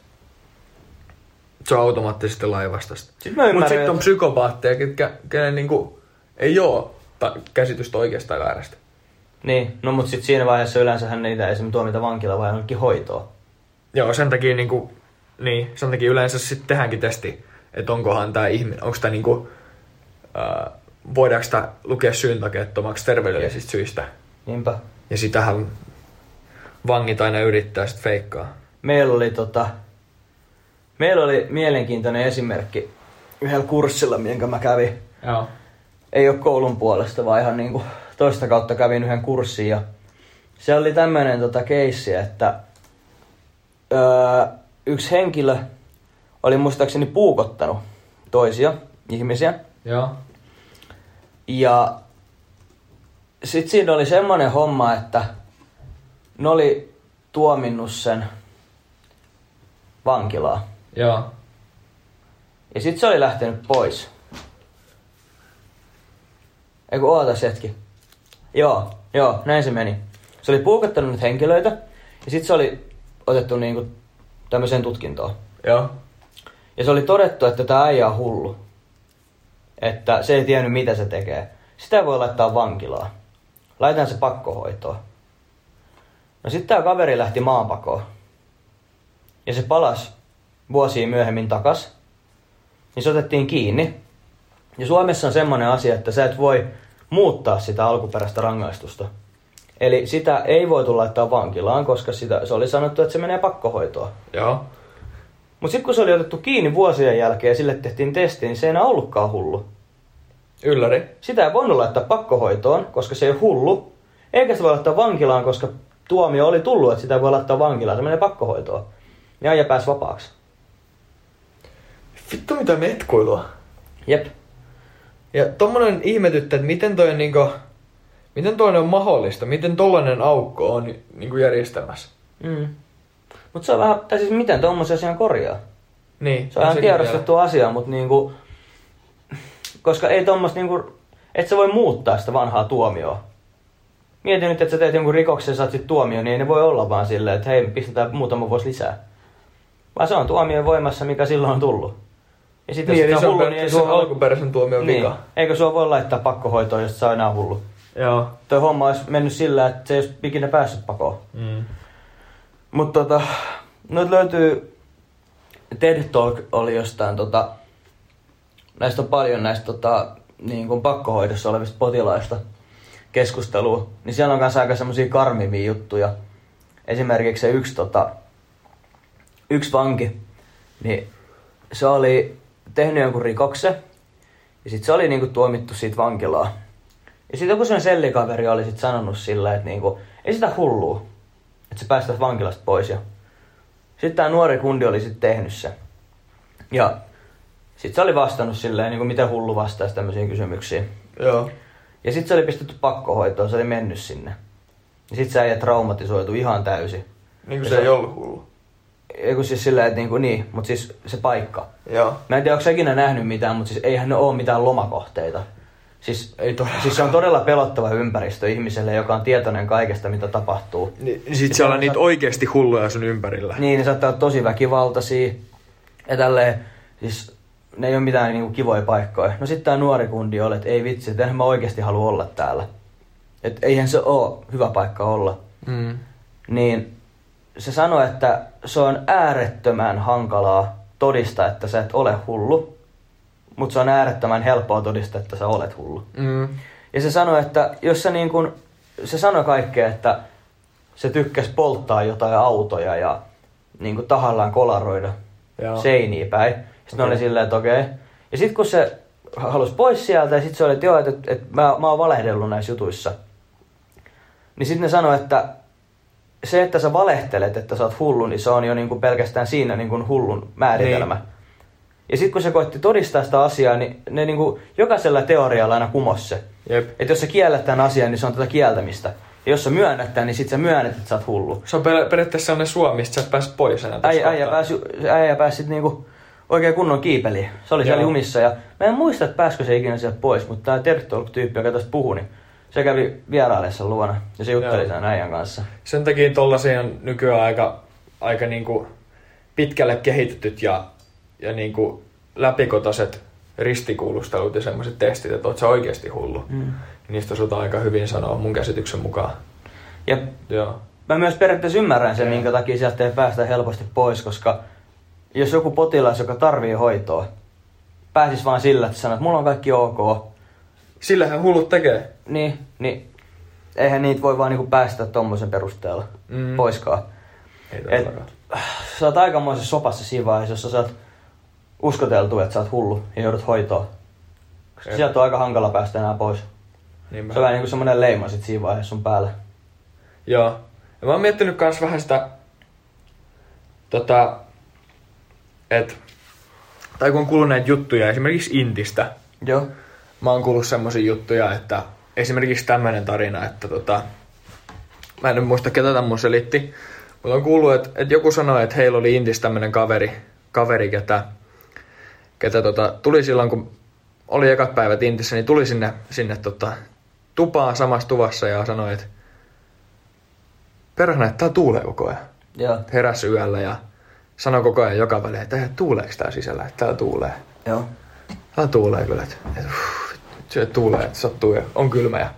S1: se on automaattisesti laivastasta.
S2: Sitten mä
S1: Mutta
S2: ymmärrän,
S1: sitten on
S2: että-
S1: psykopaatteja, ketkä, kenen niinku, ei oo ta- käsitystä oikeasta tai väärästä.
S2: Niin, no mutta sitten siinä vaiheessa yleensähän niitä ei esimerkiksi tuomita vankila vai jonnekin hoitoon.
S1: Joo, sen takia, niinku, niin, sen takia yleensä sitten tehdäänkin testi, että onkohan tämä ihminen, onko tämä niinku, äh, voidaanko tämä lukea syyntakeettomaksi terveydellisistä syistä.
S2: Niinpä.
S1: Ja sitähän vangit aina yrittää sitten feikkaa.
S2: Meillä oli, tota, meillä oli mielenkiintoinen esimerkki yhdellä kurssilla, minkä mä kävin.
S1: Joo.
S2: Ei ole koulun puolesta, vaan ihan niinku toista kautta kävin yhden kurssin. Ja se oli tämmöinen tota, keissi, että öö, yksi henkilö oli muistaakseni puukottanut toisia ihmisiä.
S1: Joo.
S2: Ja sitten siinä oli semmoinen homma, että ne oli tuominnut sen vankilaan.
S1: Joo.
S2: Ja sitten se oli lähtenyt pois. Eiku, ootas hetki. Joo, joo, näin se meni. Se oli puukattanut niitä henkilöitä ja sitten se oli otettu niinku tämmöiseen tutkintoon.
S1: Joo.
S2: Ja se oli todettu, että tämä äijä on hullu. Että se ei tiennyt mitä se tekee. sitä voi laittaa vankilaan. Laitan se pakkohoitoon. No sitten tämä kaveri lähti maanpakoon. Ja se palas vuosia myöhemmin takas. Niin se otettiin kiinni. Ja Suomessa on semmoinen asia, että sä et voi muuttaa sitä alkuperäistä rangaistusta. Eli sitä ei voitu laittaa vankilaan, koska sitä, se oli sanottu, että se menee pakkohoitoon.
S1: Joo.
S2: Mutta sitten kun se oli otettu kiinni vuosien jälkeen ja sille tehtiin testi, niin se ei enää ollutkaan hullu.
S1: Ylläri.
S2: Sitä ei voinut laittaa pakkohoitoon, koska se ei ole hullu. Eikä sitä voi laittaa vankilaan, koska tuomio oli tullut, että sitä ei voi laittaa vankilaan. Se menee pakkohoitoon. Ja aija pääsi vapaaksi.
S1: Vittu mitä metkuilua.
S2: Jep.
S1: Ja tommonen ihmetyttää, että miten toi on niinku, miten toi on mahdollista, miten tollanen aukko on niinku järjestelmässä.
S2: Mm. Mutta se on vähän, tai siis miten tuommoisen asian korjaa?
S1: Niin.
S2: Se on ihan
S1: sekin
S2: tiedostettu asia, mutta niinku, koska ei tuommoista, niinku, et sä voi muuttaa sitä vanhaa tuomioa. Mieti nyt, että sä teet jonkun rikoksen ja saat sit tuomio, niin ei ne voi olla vaan silleen, että hei, pistetään muutama vuosi lisää. Vaan se on tuomio voimassa, mikä silloin on tullut. Ja
S1: vielä.
S2: sitten
S1: Niin, eli
S2: jos
S1: se
S2: sä oot
S1: on
S2: hullu, niin ei
S1: periaatteessa
S2: sua
S1: niin,
S2: alku...
S1: alkuperäisen tuomion
S2: niin.
S1: vika.
S2: Eikö sua voi laittaa pakkohoitoon, jos sä oot enää hullu?
S1: Joo.
S2: Toi homma olisi mennyt sillä, että se ei olisi ikinä päässyt pakoon.
S1: Mm.
S2: Mutta tota, noit löytyy, TED Talk oli jostain tota, näistä on paljon näistä tota, niin kuin pakkohoidossa olevista potilaista keskustelua, niin siellä on kanssa aika semmoisia karmivia juttuja. Esimerkiksi se yksi, tota, yksi vanki, niin se oli tehnyt jonkun rikoksen, ja sitten se oli niinku tuomittu siitä vankilaan. Ja sitten joku sen sellikaveri oli sit sanonut sillä, että niinku, ei sitä hullua, että se päästäisiin vankilasta pois. Ja... Sitten tämä nuori kundi oli sitten tehnyt se. Ja sitten se oli vastannut silleen, niin kuin miten hullu vastaisi tämmöisiin kysymyksiin.
S1: Joo.
S2: Ja sitten se oli pistetty pakkohoitoon, se oli mennyt sinne. Ja sitten se äijä traumatisoitu ihan täysin.
S1: Niinku
S2: Ja
S1: se
S2: se-
S1: ei ollut hullu.
S2: Eiku siis sillä, että niin, kuin, niin mutta siis se paikka.
S1: Joo.
S2: Mä en tiedä, onko sä ikinä nähnyt mitään, mutta siis eihän ne ole mitään lomakohteita. Siis,
S1: Ei todella.
S2: siis se on todella pelottava ympäristö ihmiselle, joka on tietoinen kaikesta, mitä tapahtuu.
S1: Niin, sit siellä on niitä oikeesti hulluja sun ympärillä.
S2: Niin, ne saattaa olla tosi väkivaltaisia ja tälleen, siis ne ei ole mitään niinku kivoja paikkoja. No sitten tää nuori kundi oli, että ei vitsi, että enhän mä oikeasti halua olla täällä. Että eihän se oo hyvä paikka olla.
S1: Mm.
S2: Niin se sanoi, että se on äärettömän hankalaa todistaa, että sä et ole hullu. Mutta se on äärettömän helppoa todistaa, että sä olet hullu.
S1: Mm.
S2: Ja se sanoi, että jos se niin kuin, se sanoi kaikkea, että se tykkäsi polttaa jotain autoja ja niin kuin tahallaan kolaroida
S1: Joo.
S2: seiniä päin. Sitten okay.
S1: Okei.
S2: oli silleen, että okei. Ja sitten kun se halusi pois sieltä ja sitten se oli, että joo, että, että, että mä, mä oon valehdellut näissä jutuissa. Niin sitten ne sanoi, että se, että sä valehtelet, että sä oot hullu, niin se on jo niin kuin pelkästään siinä niin kuin hullun määritelmä.
S1: Niin.
S2: Niin. Ja sitten kun se koitti todistaa sitä asiaa, niin ne niin kuin jokaisella teorialla aina kumos se.
S1: Jep.
S2: Että jos sä kiellät tämän asian, niin se on tätä kieltämistä. Ja jos sä myönnät tämän, niin sit sä myönnät, että sä oot hullu.
S1: Se on per- periaatteessa sellainen Suomi, mistä sä et pääse pois enää tässä
S2: Äijä, äijä
S1: kohtaa.
S2: pääsi, äijä pääsi sit niinku oikein kunnon kiipeliin. Se oli siellä
S1: Joo.
S2: jumissa ja mä en muista, että pääskö se ikinä sieltä pois, mutta tämä Terttu ollut tyyppi, joka tästä puhui, niin se kävi vieraillessa luona ja se
S1: Joo.
S2: jutteli tämän äijän kanssa.
S1: Sen takia tollasia on nykyään aika, aika niinku pitkälle kehitetyt ja, ja niinku läpikotaiset ristikuulustelut ja semmoiset testit, että oot sä oikeasti hullu. Mm. Niistä osataan aika hyvin sanoa mun käsityksen mukaan.
S2: Ja
S1: Joo.
S2: mä myös periaatteessa ymmärrän sen, minkä takia sieltä ei päästä helposti pois, koska jos joku potilas, joka tarvii hoitoa, pääsis vaan sillä, että sanoo, että mulla on kaikki ok,
S1: Sillähän hullut tekee.
S2: Niin, niin. Eihän niitä voi vaan niinku päästä tommosen perusteella
S1: Mm.
S2: mm. poiskaan.
S1: Ei
S2: Et,
S1: todellakaan.
S2: sä oot aikamoisessa sopassa siinä vaiheessa, jossa sä oot uskoteltu, että sä oot hullu ja joudut hoitoon. Koska
S1: Jep.
S2: sieltä on aika hankala päästä enää pois.
S1: Niinpä.
S2: Se on vähän niinku semmonen leima sit siinä vaiheessa sun päällä.
S1: Joo. Ja mä oon miettinyt kans vähän sitä, tota, et, tai kun on kuullut näitä juttuja esimerkiksi Intistä,
S2: Joo.
S1: mä oon kuullut semmoisia juttuja, että esimerkiksi tämmöinen tarina, että tota, mä en nyt muista ketä tämän selitti, mutta on kuullut, että, että joku sanoi, että heillä oli Intis tämmöinen kaveri, kaveri ketä, ketä tota, tuli silloin, kun oli ekat päivät Intissä, niin tuli sinne, sinne tota, tupaan samassa tuvassa ja sanoi, että perhana, että tää tuulee koko ajan.
S2: Joo.
S1: Heräsi yöllä ja sanoi koko ajan joka väliin, että "Eh, tuuleeko tää sisällä, että täällä tuulee.
S2: Joo.
S1: Tää tuulee kyllä, että, että uff, se tulee, että sattuu ja on kylmä. Ja...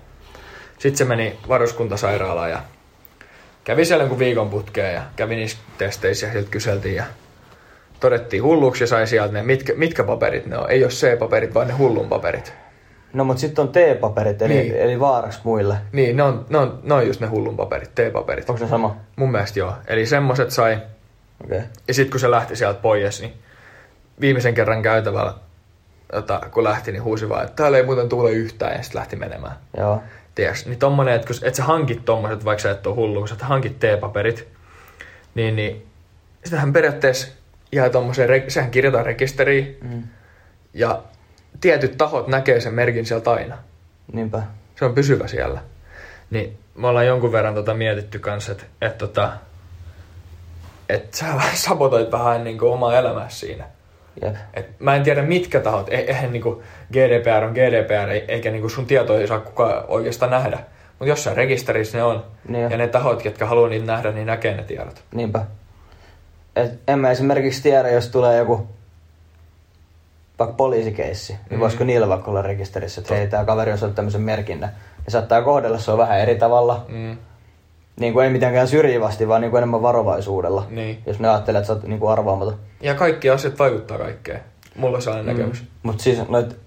S1: Sitten se meni varuskuntasairaalaan ja kävi siellä jonkun viikon putkeen ja kävi niissä testeissä ja sieltä kyseltiin ja todettiin hulluksi ja sai sieltä ne, mitkä, mitkä paperit ne on. Ei ole C-paperit, vaan ne hullun paperit.
S2: No mut sitten on T-paperit, eli,
S1: Niin.
S2: niin. eli vaaraksi muille.
S1: Niin, ne on, ne on, ne on just ne hullun paperit, T-paperit.
S2: Onko se sama?
S1: Mun mielestä joo. Eli semmoset sai.
S2: Okei. Okay.
S1: Ja sitten kun se lähti sieltä pois, niin viimeisen kerran käytävällä, jota, kun lähti, niin huusi vaan, että täällä ei muuten tuule yhtään, ja sitten lähti menemään.
S2: Joo.
S1: Tiedäks, niin tommonen, että kun et sä hankit tommoset, vaikka sä et ole hullu, kun sä hankit T-paperit, niin, niin sitähän periaatteessa jää tommoseen, re- sehän kirjataan rekisteriin,
S2: Mm.
S1: ja tietyt tahot näkee sen merkin sieltä aina.
S2: Niinpä.
S1: Se on pysyvä siellä. Niin me ollaan jonkun verran tota mietitty kanssa, että et tota, et sä [laughs] vähän sabotoit vähän niin kuin omaa elämää siinä.
S2: Jep.
S1: Et mä en tiedä mitkä tahot, e- eihän niinku GDPR on GDPR, e- eikä niinku sun tietoja ei saa kukaan oikeastaan nähdä. Mutta jossain rekisterissä ne on,
S2: Niin
S1: ja
S2: jo.
S1: ne tahot, jotka haluaa niitä nähdä, niin näkee ne tiedot.
S2: Niinpä. Et en mä esimerkiksi tiedä, jos tulee joku vaikka poliisikeissi, niin
S1: Mm.
S2: voisiko niillä vaikka olla rekisterissä, että hei, tämä kaveri on saanut tämmöisen merkinnän. Ne saattaa kohdella sua vähän eri tavalla,
S1: Mm.
S2: niin kuin ei mitenkään syrjivästi, vaan niin kuin enemmän varovaisuudella.
S1: Niin.
S2: Jos ne ajattelee, että sä oot niin kuin arvaamaton.
S1: Ja kaikki asiat vaikuttaa kaikkeen. Mulla on sellainen näkemys.
S2: Mutta siis noit,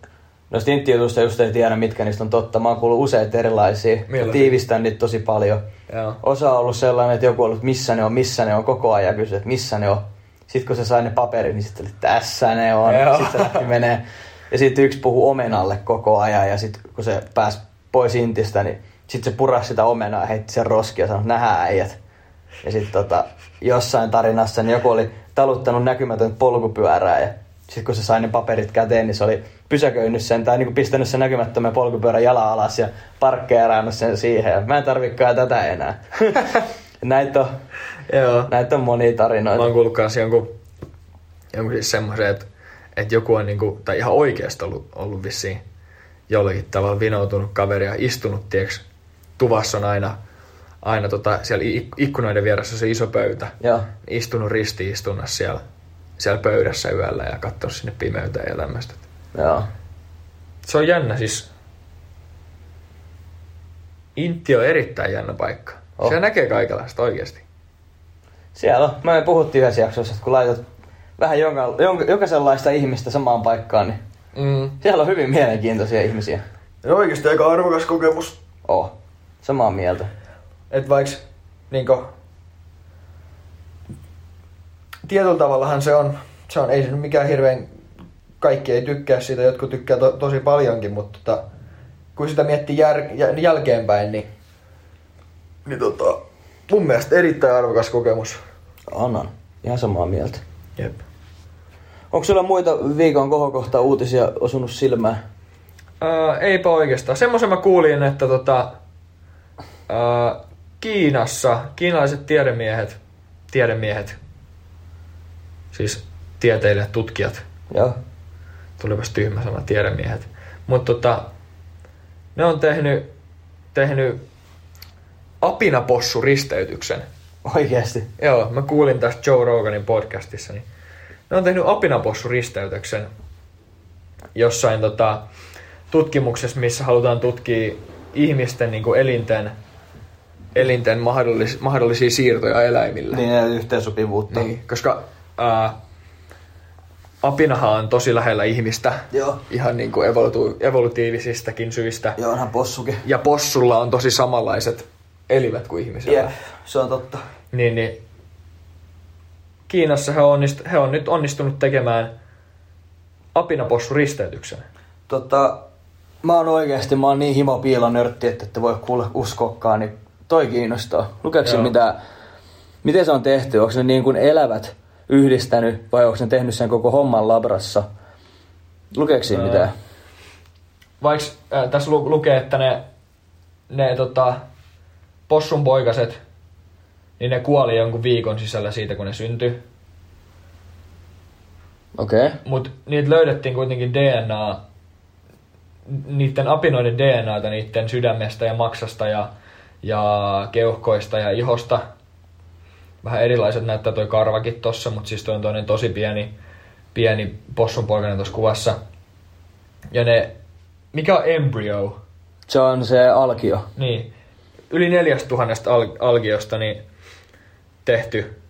S2: noista inttijutuista just ei tiedä, mitkä niistä on totta. Mä oon kuullut useita erilaisia.
S1: Millaisia?
S2: Mä Tiivistän niitä tosi paljon.
S1: Joo.
S2: Osa on ollut sellainen, että joku on ollut, missä ne on, missä ne on koko ajan ja kysyy, että missä ne on. Sitten kun se sai ne paperit, niin sitten oli, tässä ne on.
S1: Joo.
S2: Sitten se lähti menee. Ja sitten yksi puhuu omenalle koko ajan ja sitten kun se pääsi pois intistä, niin sitten se purasi sitä omenaa ja heitti sen roskia ja sanoi, nähdään äijät. Ja sitten tota, jossain tarinassa niin joku oli taluttanut näkymätön polkupyörää ja sitten kun se sai ne paperit käteen, niin se oli pysäköinyt sen tai niinku pistänyt sen näkymättömän polkupyörän jalan alas ja parkkeerannut sen siihen. Ja mä en tarvikaan tätä enää. [laughs] näitä, on,
S1: Joo.
S2: näitä on monia
S1: Mä
S2: tarinoita.
S1: oon kuullut kans jonkun, jonkun siis semmoisen, että, että joku on niinku, tai ihan oikeasti ollut, ollut vissiin jollakin tavalla vinoutunut kaveri ja istunut, tieks, tuvassa on aina, aina tota, siellä i- ikkunoiden vieressä on se iso pöytä.
S2: Joo.
S1: Istunut ristiistunnassa siellä, siellä pöydässä yöllä ja katsonut sinne pimeyteen ja tämmöistä.
S2: Joo.
S1: Se on jännä siis. Intti on erittäin jännä paikka. Oh.
S2: Oh.
S1: Se näkee kaikenlaista oikeasti.
S2: Siellä on. Me puhuttiin yhdessä jaksossa, että kun laitat vähän jonka, jonka, jokaisenlaista ihmistä samaan paikkaan, niin
S1: Mm.
S2: siellä on hyvin mielenkiintoisia ihmisiä.
S1: Ja oikeasti aika arvokas kokemus.
S2: Oo. Samaa mieltä.
S1: Että vaikka niinku, tietyllä tavallahan se on, se on, ei se nyt mikään hirveän, kaikki ei tykkää siitä, jotkut tykkää to, tosi paljonkin, mutta tota, kun sitä miettii jär, jä- jälkeenpäin, niin, niin tota, mun mielestä erittäin arvokas kokemus.
S2: On, on. Ihan samaa mieltä.
S1: Jep.
S2: Onko sulla muita viikon kohokohtaa uutisia osunut silmään?
S1: Öö, eipä oikeastaan. Semmoisen mä kuulin, että tota, öö, Kiinassa kiinalaiset tiedemiehet, tiedemiehet, siis tieteilijät, tutkijat,
S2: Joo.
S1: tulipas tyhmä sana, tiedemiehet, mutta tota, ne on tehnyt, tehnyt apinapossuristeytyksen.
S2: Oikeesti.
S1: Joo, mä kuulin tästä Joe Roganin podcastissa, niin ne on tehnyt apinapossuristeytyksen jossain tota, tutkimuksessa, missä halutaan tutkia ihmisten niin kuin elinten, elinten mahdollis, mahdollisia siirtoja eläimille.
S2: Niin, ei ole yhteensopivuutta.
S1: Niin, koska ää, apinahan on tosi lähellä ihmistä,
S2: Joo.
S1: ihan niin kuin evolutu, evolutiivisistakin syistä.
S2: Joo, onhan possuke.
S1: Ja possulla on tosi samanlaiset elimet kuin ihmisellä.
S2: Jep, se on totta.
S1: Niin, niin. Kiinassa he, onnist, he on nyt onnistunut tekemään apinapossuristeytyksen.
S2: Tota, mä oon oikeesti, mä oon niin himo piilonörtti, että ette voi kuule uskokkaan, niin toi kiinnostaa. Lukeeko se
S1: Joo.
S2: mitä, miten se on tehty? Onko ne niin kuin elävät yhdistänyt vai onko ne tehnyt sen koko homman labrassa? Lukeeko siinä
S1: Ää.
S2: mitään?
S1: Vaikka äh, tässä lu- lukee, että ne, ne tota, possun poikaset, niin ne kuoli jonkun viikon sisällä siitä, kun ne syntyi.
S2: Okei. Okay.
S1: Mutta niitä löydettiin kuitenkin DNA, niiden apinoiden DNAta niiden sydämestä ja maksasta ja, ja keuhkoista ja ihosta. Vähän erilaiset näyttää toi karvakin tossa, mutta siis toi on toinen tosi pieni, pieni possunpoikainen tuossa kuvassa. Ja ne
S3: Mikä on embryo?
S2: Se on se alkio.
S1: Niin. Yli neljästä tuhannesta al- alkiosta niin tehty,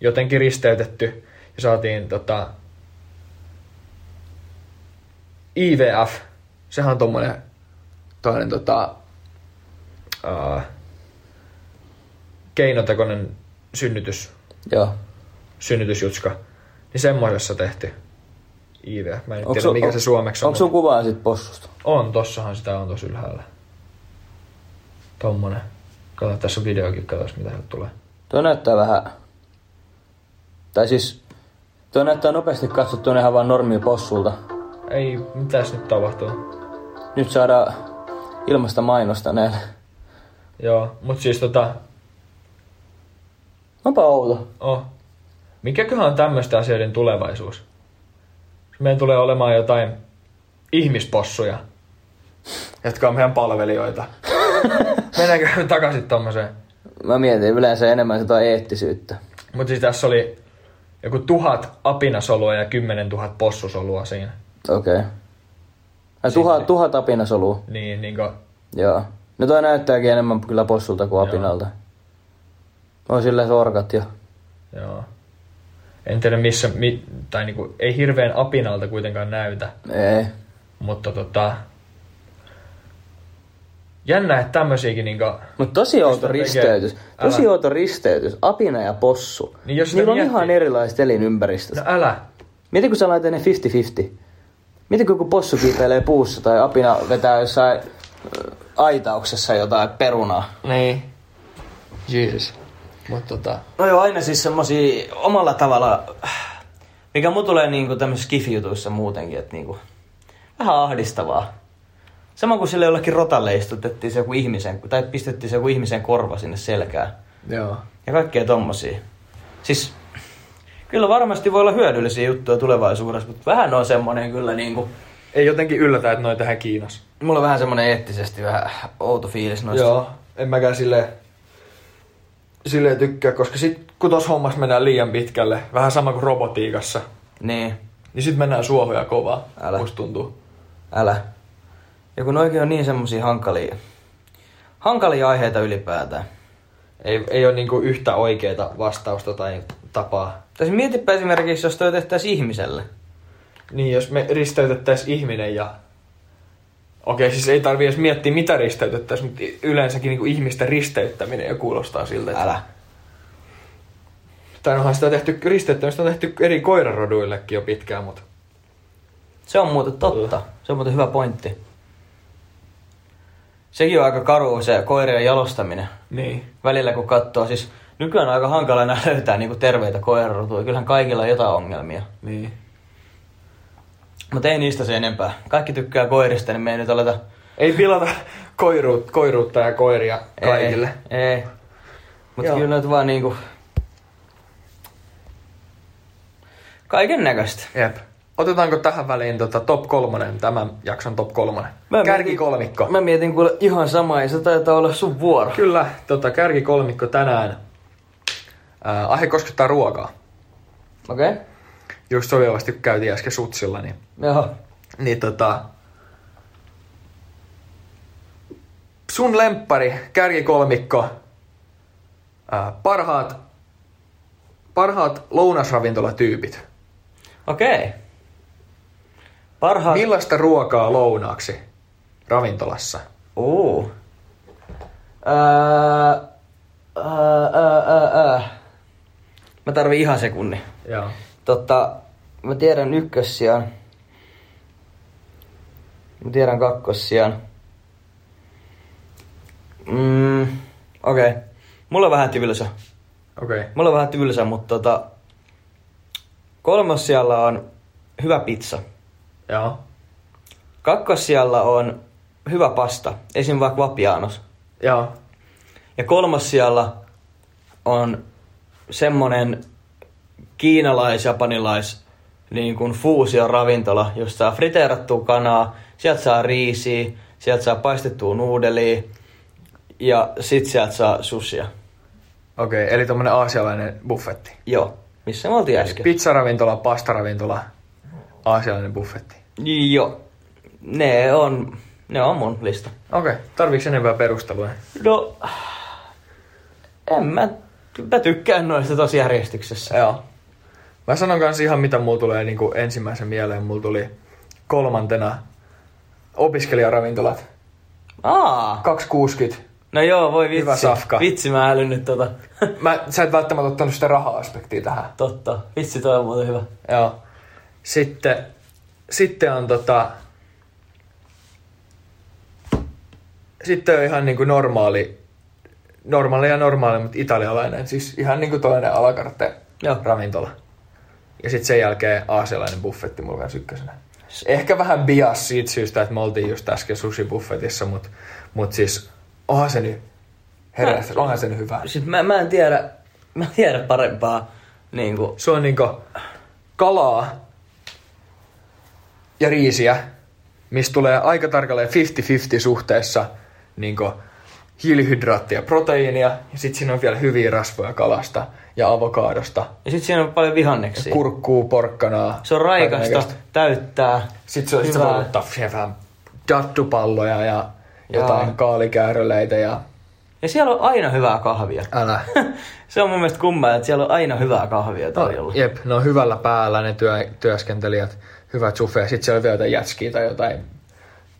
S1: jotenkin risteytetty ja saatiin tota, IVF. Sehän on tommonen, toinen tota, uh, keinotekoinen synnytys,
S2: Joo.
S1: synnytysjutska. Niin semmoisessa tehty IVF. Mä en
S2: Onks
S1: tiedä,
S2: sun-
S1: mikä
S2: on-
S1: se suomeksi on.
S2: Onko sun kuvaa sit possusta?
S1: On, tossahan sitä on tossa ylhäällä. Tommonen. Kato, tässä on videokin, katsos mitä sieltä tulee.
S2: Tuo näyttää vähän... Tai siis... Tuo näyttää nopeasti katsottuna ihan vaan normi possulta.
S1: Ei, mitäs nyt tapahtuu?
S2: Nyt saadaan ilmasta mainosta näillä.
S1: Joo, mut siis tota,
S2: Onpa outo.
S1: oh. Mikäköhän on tämmöisten asioiden tulevaisuus? Meidän tulee olemaan jotain ihmispossuja, jotka on meidän palvelijoita. Mennäänkö takaisin tommoseen?
S2: Mä mietin yleensä enemmän sitä eettisyyttä.
S1: Mut siis tässä oli joku tuhat apinasolua ja kymmenen tuhat possusolua siinä.
S2: Okei. Okay. Tuha, tuhat apinasolua.
S1: Niin, niinku,
S2: Joo. No toi näyttääkin enemmän kyllä possulta kuin apinalta. On sillä sorkat jo.
S1: Joo. En tiedä missä, mi, tai niinku, ei hirveän apinalta kuitenkaan näytä,
S2: Ei.
S1: mutta tota... Jännä, että tämmöisiäkin niinku...
S2: Mut tosi outo
S1: tekee?
S2: risteytys. Tosi
S1: Älä.
S2: outo risteytys. Apina ja possu.
S1: Niin jos sitä
S2: Niillä on
S1: miettii-
S2: ihan erilaiset elinympäristöt.
S1: No älä!
S2: Miten kun sä laitat ne 50-50? Miten kun joku possu kiipeilee puussa tai apina vetää jossain ö, aitauksessa jotain perunaa?
S1: Niin. Jeesus. Mut tota...
S2: No joo, aina siis semmosia omalla tavalla, mikä mu tulee niinku tämmöisissä kifijutuissa muutenkin, että niinku vähän ahdistavaa. Sama kuin sille jollekin rotalle istutettiin se joku ihmisen, tai pistettiin se joku ihmisen korva sinne selkään.
S1: Joo.
S2: Ja kaikkea tommosia. Siis kyllä varmasti voi olla hyödyllisiä juttuja tulevaisuudessa, mutta vähän on semmonen kyllä niinku,
S1: Ei jotenkin yllätä, että noin tähän Kiinassa.
S2: mulla on vähän semmonen eettisesti vähän outo fiilis noista.
S1: Joo, en mäkään sille silleen tykkää, koska sit kun tossa hommassa mennään liian pitkälle, vähän sama kuin robotiikassa,
S2: Niin,
S1: niin sit mennään suohoja kovaa,
S2: Älä.
S1: musta tuntuu.
S2: älä. Ja kun oikein on niin semmosia hankalia, hankalia aiheita ylipäätään.
S1: Ei, ei ole niinku yhtä oikeeta vastausta tai tapaa
S2: Tai siis mietipä esimerkiksi, jos toi tehtäisiin ihmiselle.
S1: Niin, jos me risteytettäisiin ihminen ja... Okei, siis ei tarvi edes miettiä, mitä risteytettäisiin, mutta i- yleensäkin niin ihmisten risteyttäminen jo kuulostaa siltä, että...
S2: Älä.
S1: Tai onhan sitä tehty, risteyttämistä on tehty eri koiraroduillekin jo pitkään, mutta...
S2: Se on muuten totta. Se on muuten hyvä pointti. Sekin on aika karu se koirien jalostaminen.
S1: Niin.
S2: Välillä kun katsoo, siis nykyään on aika hankala enää löytää niinku terveitä koirarotuja. Kyllähän kaikilla on jotain ongelmia.
S1: Niin.
S2: Mutta ei niistä se enempää. Kaikki tykkää koirista, niin me ei nyt aleta...
S1: Ei pilata koiruut, koiruutta ja koiria
S2: Ei,
S1: kaikille.
S2: Ei. ei. Mutta
S1: Joo.
S2: kyllä nyt vaan niinku... Kaiken näköistä.
S1: Jep. Otetaanko tähän väliin tota top kolmonen, tämän jakson top kolmonen? Kärkikolmikko.
S2: Mietin, mä mietin kuule ihan samaa, ja se taitaa olla sun vuoro.
S1: Kyllä, tota, kärkikolmikko tänään. Ää, aihe koskettaa ruokaa.
S2: Okei. Okay.
S1: just sopivasti kun käytiin äsken sutsilla, niin,
S2: Joo.
S1: niin tota, sun lemppari, kärkikolmikko, ää, parhaat, parhaat lounasravintolatyypit.
S2: Okei. Okay. Parhaat...
S1: Millaista ruokaa lounaaksi ravintolassa?
S2: Uu. Ää, ää, ää, ää, ää. Mä tarvin ihan sekunnin.
S1: Joo.
S2: Totta, mä tiedän ykkössijan. Mä tiedän kakkossijan. Mm, okei. Okay. Mulla on vähän tylsä.
S1: Okei. Okay.
S2: Mulla on vähän tylsä, mutta tota... Kolmossijalla on hyvä pizza.
S1: Joo.
S2: Kakkossijalla on hyvä pasta, esim. vaikka vapianos.
S1: Joo.
S2: Ja kolmossijalla on semmonen kiinalais-japanilais niin kuin fuusioravintola, jossa saa friteerattua kanaa, sieltä saa riisiä, sieltä saa paistettua nuudelia ja sit sieltä saa susia.
S1: Okei, okay, eli tommonen aasialainen buffetti.
S2: Joo, missä me oltiin äsken?
S1: Pizzaravintola, pastaravintola, aasialainen buffetti.
S2: Joo. Ne on Ne on mun lista.
S1: Okei, okay. tarviiks enempää perustelua?
S2: No, en mä, mä tykkään noista tosi järjestyksessä.
S1: Joo. Mä sanon kanssa ihan mitä mulla tulee niin kuin ensimmäisen mieleen. Mulla tuli kolmantena opiskelijaravintolat.
S2: Aa,
S1: 260.
S2: no joo, voi vitsi.
S1: Hyvä safka.
S2: Vitsi, mä älyn nyt tota. [laughs]
S1: Mä, sä et välttämättä ottanut sitä raha-aspektia tähän.
S2: Totta. Vitsi, toi on muuten hyvä.
S1: Joo. Sitten, sitten on tota... Sitten on ihan niinku normaali, normaali ja normaali, mutta italialainen. Siis ihan niinku toinen alakarte
S2: Joo.
S1: ravintola. Ja sitten sen jälkeen aasialainen buffetti mulla kanssa ykkösenä. Ehkä vähän bias siitä syystä, että me oltiin just äsken sushi buffetissa, mutta mut siis onhan se nyt, herra, onhan se nyt hyvä.
S2: Siis mä, mä en tiedä, mä en tiedä parempaa niinku
S1: Se on niinku kalaa ja riisiä, mistä tulee aika tarkalleen 50-50 suhteessa niinku hiilihydraattia, proteiinia ja sitten siinä on vielä hyviä rasvoja kalasta ja avokaadosta,
S2: Ja sit siinä on paljon vihanneksia.
S1: kurkkuu, porkkanaa.
S2: se on
S1: kaikennäköistä.
S2: raikasta, täyttää.
S1: Sitten se on sit sä
S2: hyvää.
S1: voit ottaa siihen vähän dattupalloja ja jotain
S2: Jaa.
S1: kaalikääröleitä ja
S2: Ja siellä on aina hyvää kahvia. [laughs]
S1: älä.
S2: se on mun mielestä kummaa, että siellä on aina hyvää kahvia tarjolla.
S1: Jep, ne on hyvällä päällä ne työ, työskentelijät, hyvät sufeet. Sitten siellä on vielä jotain jätskiä tai jotain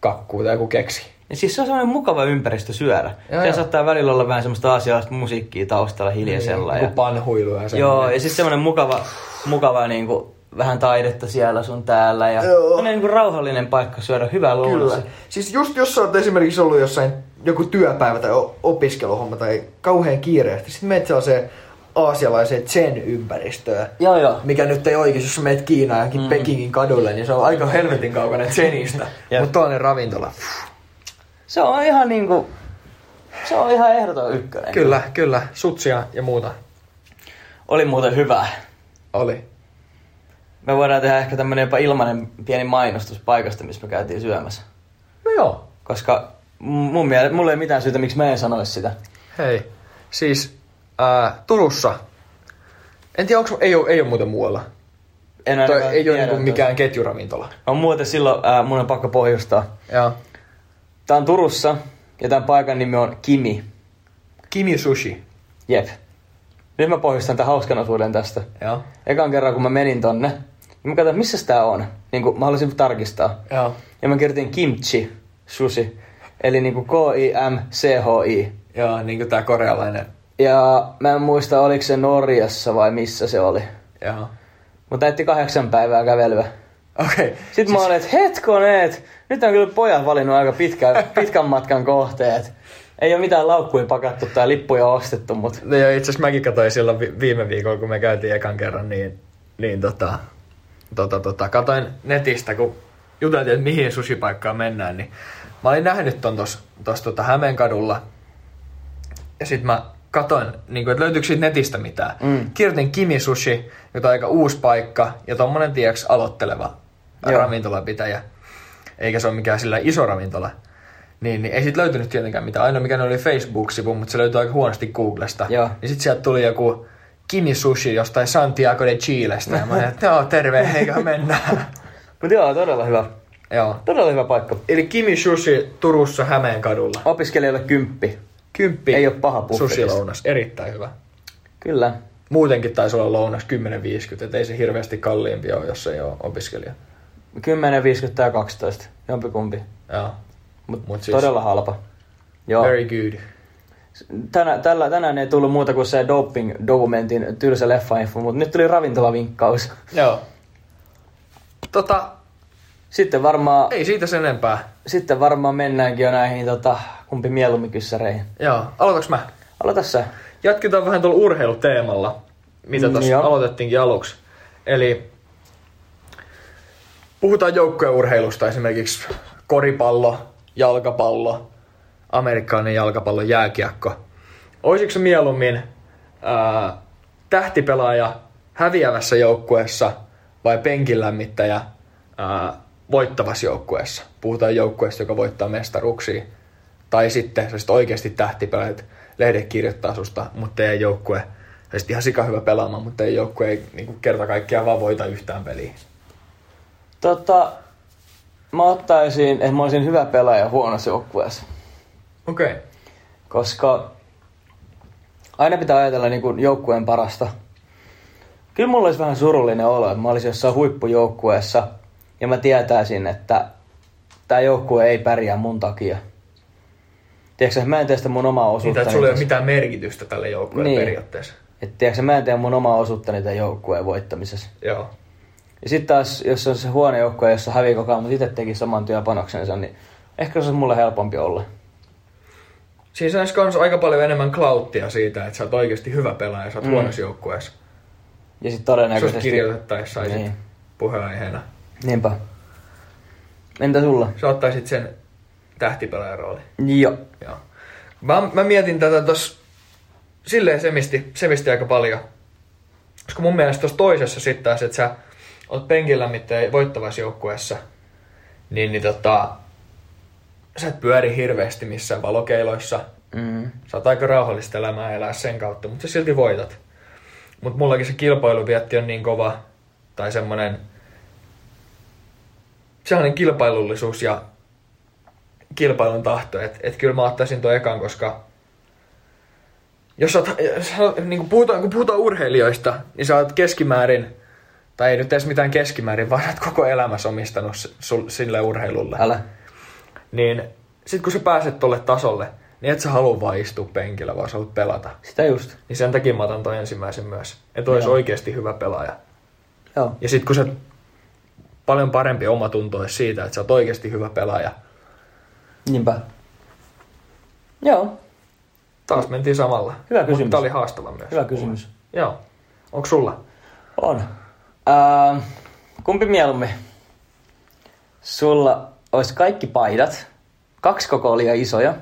S1: kakkuu tai joku keksi.
S2: Ja siis se on semmoinen mukava ympäristö syödä.
S1: Joo,
S2: Joo, Siellä
S1: joo.
S2: saattaa välillä olla vähän semmoista asiallista musiikkia taustalla hiljaisella.
S1: Joku panhuilu ja
S2: ja, joo,
S1: semmoinen.
S2: ja sitten semmoinen mukava, mukava niin kuin, vähän taidetta siellä sun täällä. Ja
S1: Joo.
S2: semmoinen niin kuin rauhallinen paikka syödä hyvää
S4: Kyllä.
S2: luonnossa.
S4: Siis just jos sä oot esimerkiksi ollut jossain joku työpäivä tai o- opiskeluhomma tai kauhean kiireesti, sit menet sellaiseen aasialaiseen zen ympäristöön.
S2: Joo, joo.
S4: Mikä nyt ei oikein, jos sä menet Kiinaan johonkin mm. Pekingin kadulle, niin se on aika helvetin kaukana zenistä.
S2: Jep.
S1: Mutta tuollainen ravintola.
S2: Se on ihan niinku... Se on ihan ehdoton ykkönen.
S1: Kyllä, kyllä. Sutsia ja muuta
S2: Oli muuten hyvää.
S1: oli.
S2: Me voidaan tehdä ehkä tämmönen jopa ilmanen pieni mainostus paikasta, missä me käytiin syömässä.
S1: No joo,
S2: Koska m- mun mielestä, mulla ei mitään syytä, miksi mä en sanoisi sitä.
S1: hei. Siis ää, Turussa. En tiedä, onko, ei, ole, ei ole muuten muualla.
S2: En
S1: Toi
S2: ainakaan
S1: ei ole
S2: tiedä,
S1: niinku
S2: että-
S1: mikään ketjuravintola.
S2: On muuten silloin, ää, mun on pakko pohjustaa.
S1: Joo.
S2: Tää on Turussa ja tämän paikan nimi on Kimi.
S1: Kimi Sushi.
S2: Jep. Nyt mä pohjustan tämän hauskan osuuden tästä.
S1: Joo.
S2: Ekan kerran kun mä menin tonne, niin mä katsoin, missä tää on. Niin kun mä halusin tarkistaa.
S1: Joo.
S2: Ja mä kirjoitin kimchi, sushi. Eli niinku K-I-M-C-H-I.
S1: Joo, niinku tää korealainen.
S2: Ja mä en muista, oliko se Norjassa vai missä se oli.
S1: Joo.
S2: Mutta näytti kahdeksan päivää kävelyä.
S1: Okei. Okay.
S2: Sitten mä olin, että hetkoneet, nyt on kyllä pojat valinnut aika pitkän, pitkän matkan kohteet. Ei ole mitään laukkuja pakattu tai lippuja ostettu, mutta
S1: No ja itse asiassa mäkin katsoin silloin vi- viime viikolla, kun me käytiin ekan kerran, niin, niin tota, tota, tota, katoin netistä, kun juteltiin, että mihin sushipaikkaan mennään, niin mä olin nähnyt ton tos, tos tota Hämeenkadulla. Ja sit mä katoin, niin kuin, että löytyykö siitä netistä mitään. Mm. Kirjoitin Kimi Sushi, joka on aika uusi paikka ja tommonen tieks aloitteleva
S2: Joo.
S1: ravintolapitäjä. Eikä se ole mikään sillä iso ravintola. Niin, niin ei sit löytynyt tietenkään mitään. Ainoa mikä ne oli Facebook-sivu, mutta se löytyi aika huonosti Googlesta.
S2: Joo.
S1: Ja Niin sit sieltä tuli joku Kimi Sushi jostain Santiago de Chilestä. Ja mä olin, että joo, terve, eiköhän
S2: [laughs]
S1: mennään.
S2: Mut joo, todella hyvä.
S1: joo.
S2: Todella hyvä paikka.
S1: Eli Kimi Sushi Turussa Hämeenkadulla.
S2: Opiskelijoille kymppi.
S1: Kymppi.
S2: Ei oo paha buffetista.
S1: Sushi-lounas. Erittäin hyvä.
S2: Kyllä.
S1: Muutenkin taisi olla lounas 10.50, et ei se hirveästi kalliimpi ole, jos ei ole opiskelija.
S2: 10, 50 ja 12. Jompikumpi.
S1: Joo.
S2: Mut,
S1: Mut
S2: Mut
S1: siis-
S2: siis... todella halpa. Joo.
S1: Very good.
S2: Tänä, tällä, tänään ei tullut muuta kuin se doping-dokumentin tylsä leffainfo, mutta nyt tuli ravintolavinkkaus.
S1: Joo. Tota,
S2: Sitten varmaan,
S1: ei siitä sen enempää.
S2: sitten varmaan mennäänkin jo näihin tota, kumpi mieluummin kyssäreihin.
S1: Joo. Aloitaks mä?
S2: Aloita sä.
S1: Jatketaan vähän tuolla urheiluteemalla, mitä
S2: Mm,
S1: tuossa
S2: joo.
S1: aloitettiinkin aluksi. Eli puhutaan joukkueurheilusta esimerkiksi koripallo, jalkapallo, amerikkalainen jalkapallo, jääkiekko. Oisiko se mieluummin ää, tähtipelaaja häviävässä joukkueessa vai penkinlämmittäjä ää, voittavassa joukkueessa? Puhutaan joukkueesta, joka voittaa mestaruuksia. Tai sitten sä sit oikeasti tähtipelaaja, että lehde kirjoittaa susta, mutta teidän joukkue, sä sit ihan sika hyvä pelaamaan, mutta teidän niinku joukkue ei niin kerta kaikkiaan vaan voita yhtään peliä.
S2: Tota, mä ottaisin, että mä olisin hyvä pelaaja huonossa joukkueessa.
S3: Okei. Okay.
S2: koska aina pitää ajatella niin kuin joukkueen parasta. Kyllä mulla olisi vähän surullinen olo, että mä olisin jossain huippujoukkueessa ja mä tietäisin, että tämä joukkue ei pärjää mun takia. Tiedätkö, mä en tee sitä mun omaa
S1: Niin,
S2: osuutta.
S1: että sulla ei ole mitään merkitystä tälle joukkueelle
S2: Niin.
S1: niin. periaatteessa.
S2: Et tiedätkö, mä en tee mun omaa osuuttani tämän joukkueen voittamisessa.
S1: Joo.
S2: Ja sitten taas, jos on se huono joukkue, jossa hävii koko ajan, mutta itse teki saman työpanoksensa, niin ehkä se olisi mulle helpompi olla.
S1: Siinä saisi Siis kans aika paljon enemmän klauttia siitä, että sä oot oikeasti hyvä pelaaja, sä oot
S2: Mm.
S1: mm. huonossa joukkueessa.
S2: Ja sitten
S1: Jos
S2: todennäköisesti...
S1: kirjoitettaisiin saisit
S2: Niin.
S1: niin. puheenaiheena.
S2: Niinpä. Entä sulla?
S1: Sä ottaisit sen tähtipelaajan rooli.
S2: Joo.
S1: Joo. Mä, mä mietin tätä tos... Silleen semisti, semisti aika paljon. Koska mun mielestä tuossa toisessa sitten taas, että sä oot penkillä mitään voittavassa joukkueessa, niin, niin tota, sä et pyöri hirveästi missään valokeiloissa.
S2: Mm.
S1: Sä oot aika rauhallista elämää elää sen kautta, mutta sä silti voitat. Mutta mullakin se kilpailuvietti on niin kova, tai semmonen sellainen kilpailullisuus ja kilpailun tahto, että et kyllä mä ottaisin toi ekan, koska jos sä oot, jos sä- niin kun puhutaan, kun puhutaan urheilijoista, niin sä oot keskimäärin, tai ei nyt edes mitään keskimäärin, vaan sä oot koko elämässä omistanut s- sul- sille urheilulle
S2: Älä.
S1: niin sit kun sä pääset tolle tasolle, niin et sä halua vaan istua penkillä, vaan sä haluat pelata.
S2: Sitä just.
S1: Niin sen takia mä otan toi ensimmäisen myös. Että ois
S2: Joo.
S1: oikeesti hyvä pelaaja.
S2: Joo.
S1: Ja sit kun sä paljon parempi omatunto ois siitä, että sä oot oikeesti hyvä pelaaja.
S2: Niinpä. Joo.
S1: Taas mentiin samalla.
S2: Hyvä
S1: Mutta
S2: kysymys.
S1: tää oli haastava myös.
S2: Hyvä kysymys.
S1: Joo. Onks sulla?
S2: On. Ää, kumpi mieluummin? Sulla olisi kaikki paidat, kaksi koko liian isoja.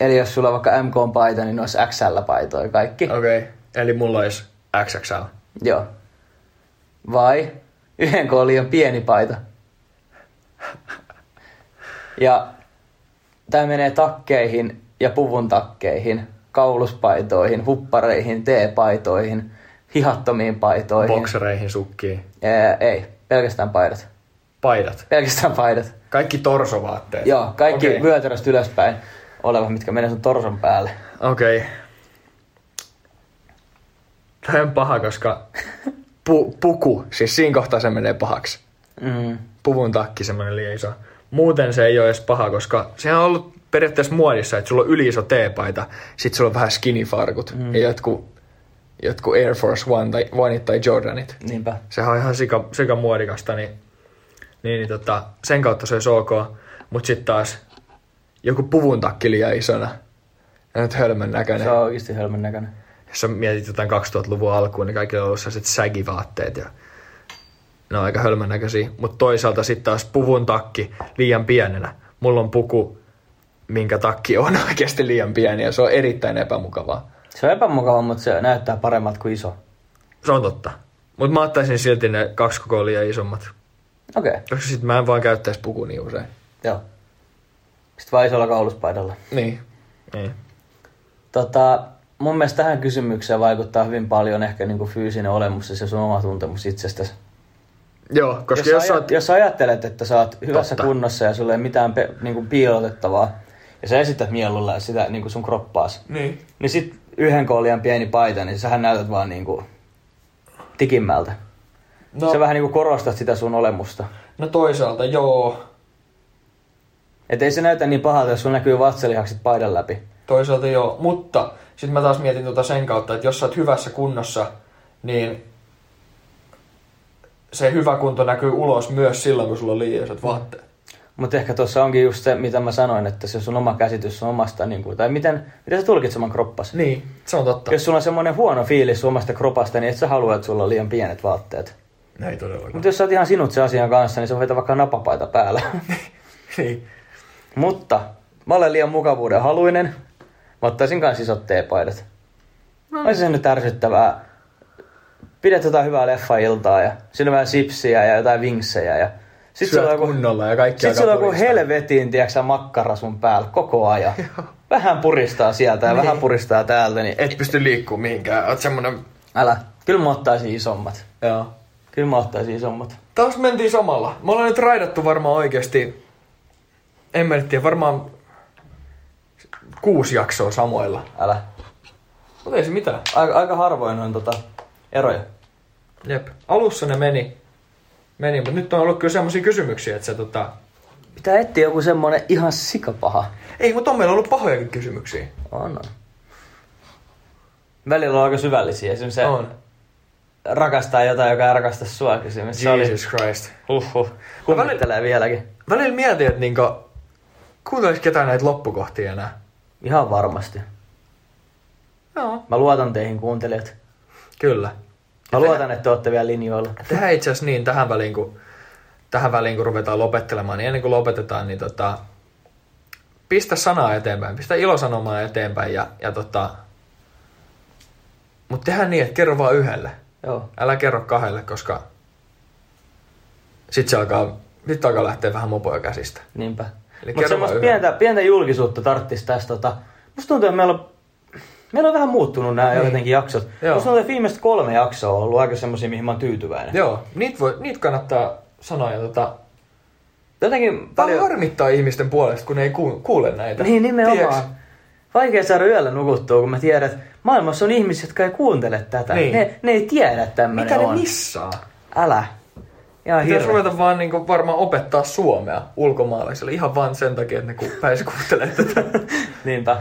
S2: Eli jos sulla on vaikka MK on paita, niin ne olisi XL-paitoja kaikki.
S1: Okei. Okay. Eli mulla ois XXL.
S2: Joo. Vai yhden koon liian pieni paita. Ja tämä menee takkeihin ja puvun takkeihin, kauluspaitoihin, huppareihin, T-paitoihin, hihattomiin paitoihin.
S1: Boksereihin, sukkiin.
S2: Ää, ei, pelkästään paidat.
S1: Paidat.
S2: Pelkästään paidat.
S1: Kaikki torsovaatteet.
S2: Joo, kaikki okay.
S1: Okei.
S2: vyötäröstä ylöspäin olevat, mitkä menee sun torson päälle.
S1: Okei. Okay. Tämä on paha, koska pu, puku, siis siinä kohtaa se menee pahaksi.
S2: Mm.
S1: Puvun takki semmoinen liian iso. Muuten se ei ole edes paha, koska sehän on ollut periaatteessa muodissa, että sulla on yli iso teepaita, sit sulla on vähän skinny-farkut mm. ja jotkut, jotkut Air Force One tai, Oneit tai Jordanit.
S2: Niinpä.
S1: Sehän on ihan sika, sika muodikasta, niin, niin, niin tota, sen kautta se olisi ok. Mutta sitten taas joku puvun takki liian isona. Ja nyt hölmön näköinen
S2: Se on oikeasti hölmön näköinen.
S1: jos sä mietit jotain 2000-luvun alkuun, niin kaikilla on ollut sellaiset sägivaatteet ja ne on aika hölmön näköisiä. Mutta toisaalta sitten taas puvun takki liian pienenä. Mulla on puku, minkä takki on [laughs] oikeasti liian pieni ja se on erittäin epämukavaa.
S2: Se on epämukava, mutta se näyttää paremmalta kuin iso.
S1: Se on totta. Mutta mä ottaisin silti ne kaksi koko liian isommat.
S2: Okei, okay.
S1: Koska sit mä en vaan käyttäisi pukua niin usein.
S2: joo. Sitten vaan isolla kauluspaidalla.
S1: Niin. Niin.
S2: Tota, mun mielestä tähän kysymykseen vaikuttaa hyvin paljon ehkä niinku fyysinen olemus ja se sun oma tuntemus itsestäsi.
S1: Joo, koska jos, jos sä
S2: ajat-
S1: oot...
S2: jos sä ajattelet, että sä oot hyvässä
S1: Totta.
S2: kunnossa ja sulla ei ole mitään pe- niinku piilotettavaa, ja sä esität mielulla sitä niinku sun kroppaas,
S1: Niin.
S2: niin sit yhden koon liian pieni paita, niin sähän näytät vaan niinku tikimmältä. No.
S1: No.
S2: Sä vähän niinku korostat sitä sun olemusta.
S1: No toisaalta, joo.
S2: Et ei se näytä niin pahalta, jos sulla näkyy vatsalihakset paidan läpi.
S1: Toisaalta joo, mutta sitten mä taas mietin tuota sen kautta, että jos sä oot hyvässä kunnossa, niin se hyvä kunto näkyy ulos myös silloin, kun sulla on liian isot vaatteet.
S2: Mutta ehkä tuossa onkin just se, mitä mä sanoin, että se sun oma käsitys sun omasta, niin kuin, tai miten, miten sä tulkitset oman kroppasi.
S1: Niin, se on totta.
S2: Jos sulla on semmoinen huono fiilis sun omasta kropasta, niin et sä halua, että sulla on liian pienet vaatteet.
S1: Ei todellakaan.
S2: Mutta jos sä oot ihan sinut sen asian kanssa, niin sä voit vaikka napapaita päällä.
S1: [laughs]
S2: [laughs]
S1: niin.
S2: Mutta mä olen liian mukavuuden haluinen. Mä ottaisin kanssa isot teepaidat. No. Olisi se nyt ärsyttävää. Pidät jotain hyvää leffailtaa ja siinä on vähän sipsiä ja jotain vinksejä ja sit
S1: Syöt
S2: sulla on joku,
S1: kunnolla ja kaikki
S2: sit
S1: alkaa
S2: sulla on joku
S1: puristaa.
S2: helvetin, tiedätkö sä, makkara sun päällä
S1: [laughs]
S2: koko ajan. vähän puristaa sieltä ja vähän puristaa täältä, niin
S1: Et pysty liikkumaan mihinkään, oot semmonen...
S2: älä. Kyllä mä ottaisin isommat.
S1: Joo.
S2: Kyllä Kyllä mä ottaisin isommat.
S1: Taas mentiin samalla. Me ollaan nyt raidattu varmaan oikeasti, en mä nyt tiedä, varmaan kuusi jaksoa samoilla.
S2: Älä.
S1: Mutta ei se mitään.
S2: Aika, aika harvoin on tota eroja.
S1: Jep. Alussa ne meni, meni mutta nyt on ollut kyllä semmoisia kysymyksiä, että se tota...
S2: Pitää etsiä joku semmonen ihan sikapaha.
S1: Ei, mutta on meillä ollut pahojakin kysymyksiä.
S2: On, on. Välillä on aika syvällisiä. Esimerkiksi se
S1: On.
S2: rakastaa jotain, joka ei rakasta sua kysymys. Se oli
S1: Jesus Christ.
S2: huhhuh. Kummittelee vieläkin.
S1: Välillä mietin, että niinkö, kuuntelis ketään näitä loppukohtia enää.
S2: Ihan varmasti.
S1: Joo.
S2: Mä luotan teihin kuuntelijat.
S1: Kyllä.
S2: Mä luotan, että te ootte vielä linjoilla.
S1: Tehdään itse asiassa niin tähän väliin, kun, tähän väliin, kun ruvetaan lopettelemaan, niin ennen kuin lopetetaan, niin tota, pistä sanaa eteenpäin, pistä ilosanomaa eteenpäin ja, ja tota, mutta tehdään niin, että kerro vaan yhdelle.
S2: Joo.
S1: Älä kerro kahdelle, koska sit se alkaa, sit alkaa lähteä vähän mopoja käsistä.
S2: Niinpä.
S1: Eli kerro
S2: Mutta semmoista
S1: vaan yhden.
S2: pientä, pientä julkisuutta tarttis tässä. Tota. Musta tuntuu, että meillä on, meillä on vähän muuttunut nämä niin. jotenkin jaksot.
S1: Joo.
S2: Joo. Musta tuntuu, että viimeiset kolme jaksoa on ollut aika semmoisia, mihin mä oon tyytyväinen.
S1: Joo, niitä, voi, niitä kannattaa sanoa ja tota,
S2: Jotenkin
S1: Paljon
S2: paljon...
S1: harmittaa ihmisten puolesta, kun ei kuule, kuule näitä.
S2: Niin, nimenomaan.
S1: Tiedäks?
S2: Vaikea saada yöllä nukuttua, kun mä tiedän, että maailmassa on ihmisiä, jotka ei kuuntele tätä.
S1: Niin.
S2: Ne, ne ei tiedä, että
S1: Mitä
S2: tämmöinen
S1: ne
S2: on.
S1: missaa?
S2: Älä. Ihan
S1: Pitäisi
S2: hirveä.
S1: ruveta vaan niin varmaan opettaa suomea ulkomaalaisille ihan vaan sen takia, että ne ku, pääsi kuuntelemaan tätä.
S2: [laughs] Niinpä.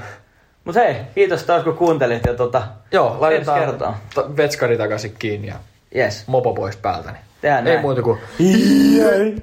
S2: Mut hei, kiitos taas kun kuuntelit ja tota...
S1: Joo,
S2: Ensi
S1: laitetaan
S2: kertaa.
S1: ta- vetskari takaisin kiinni ja
S2: Yes,
S1: mopo pois päältä. Niin.
S2: tehdään
S1: Ei
S2: näin.
S1: muuta kuin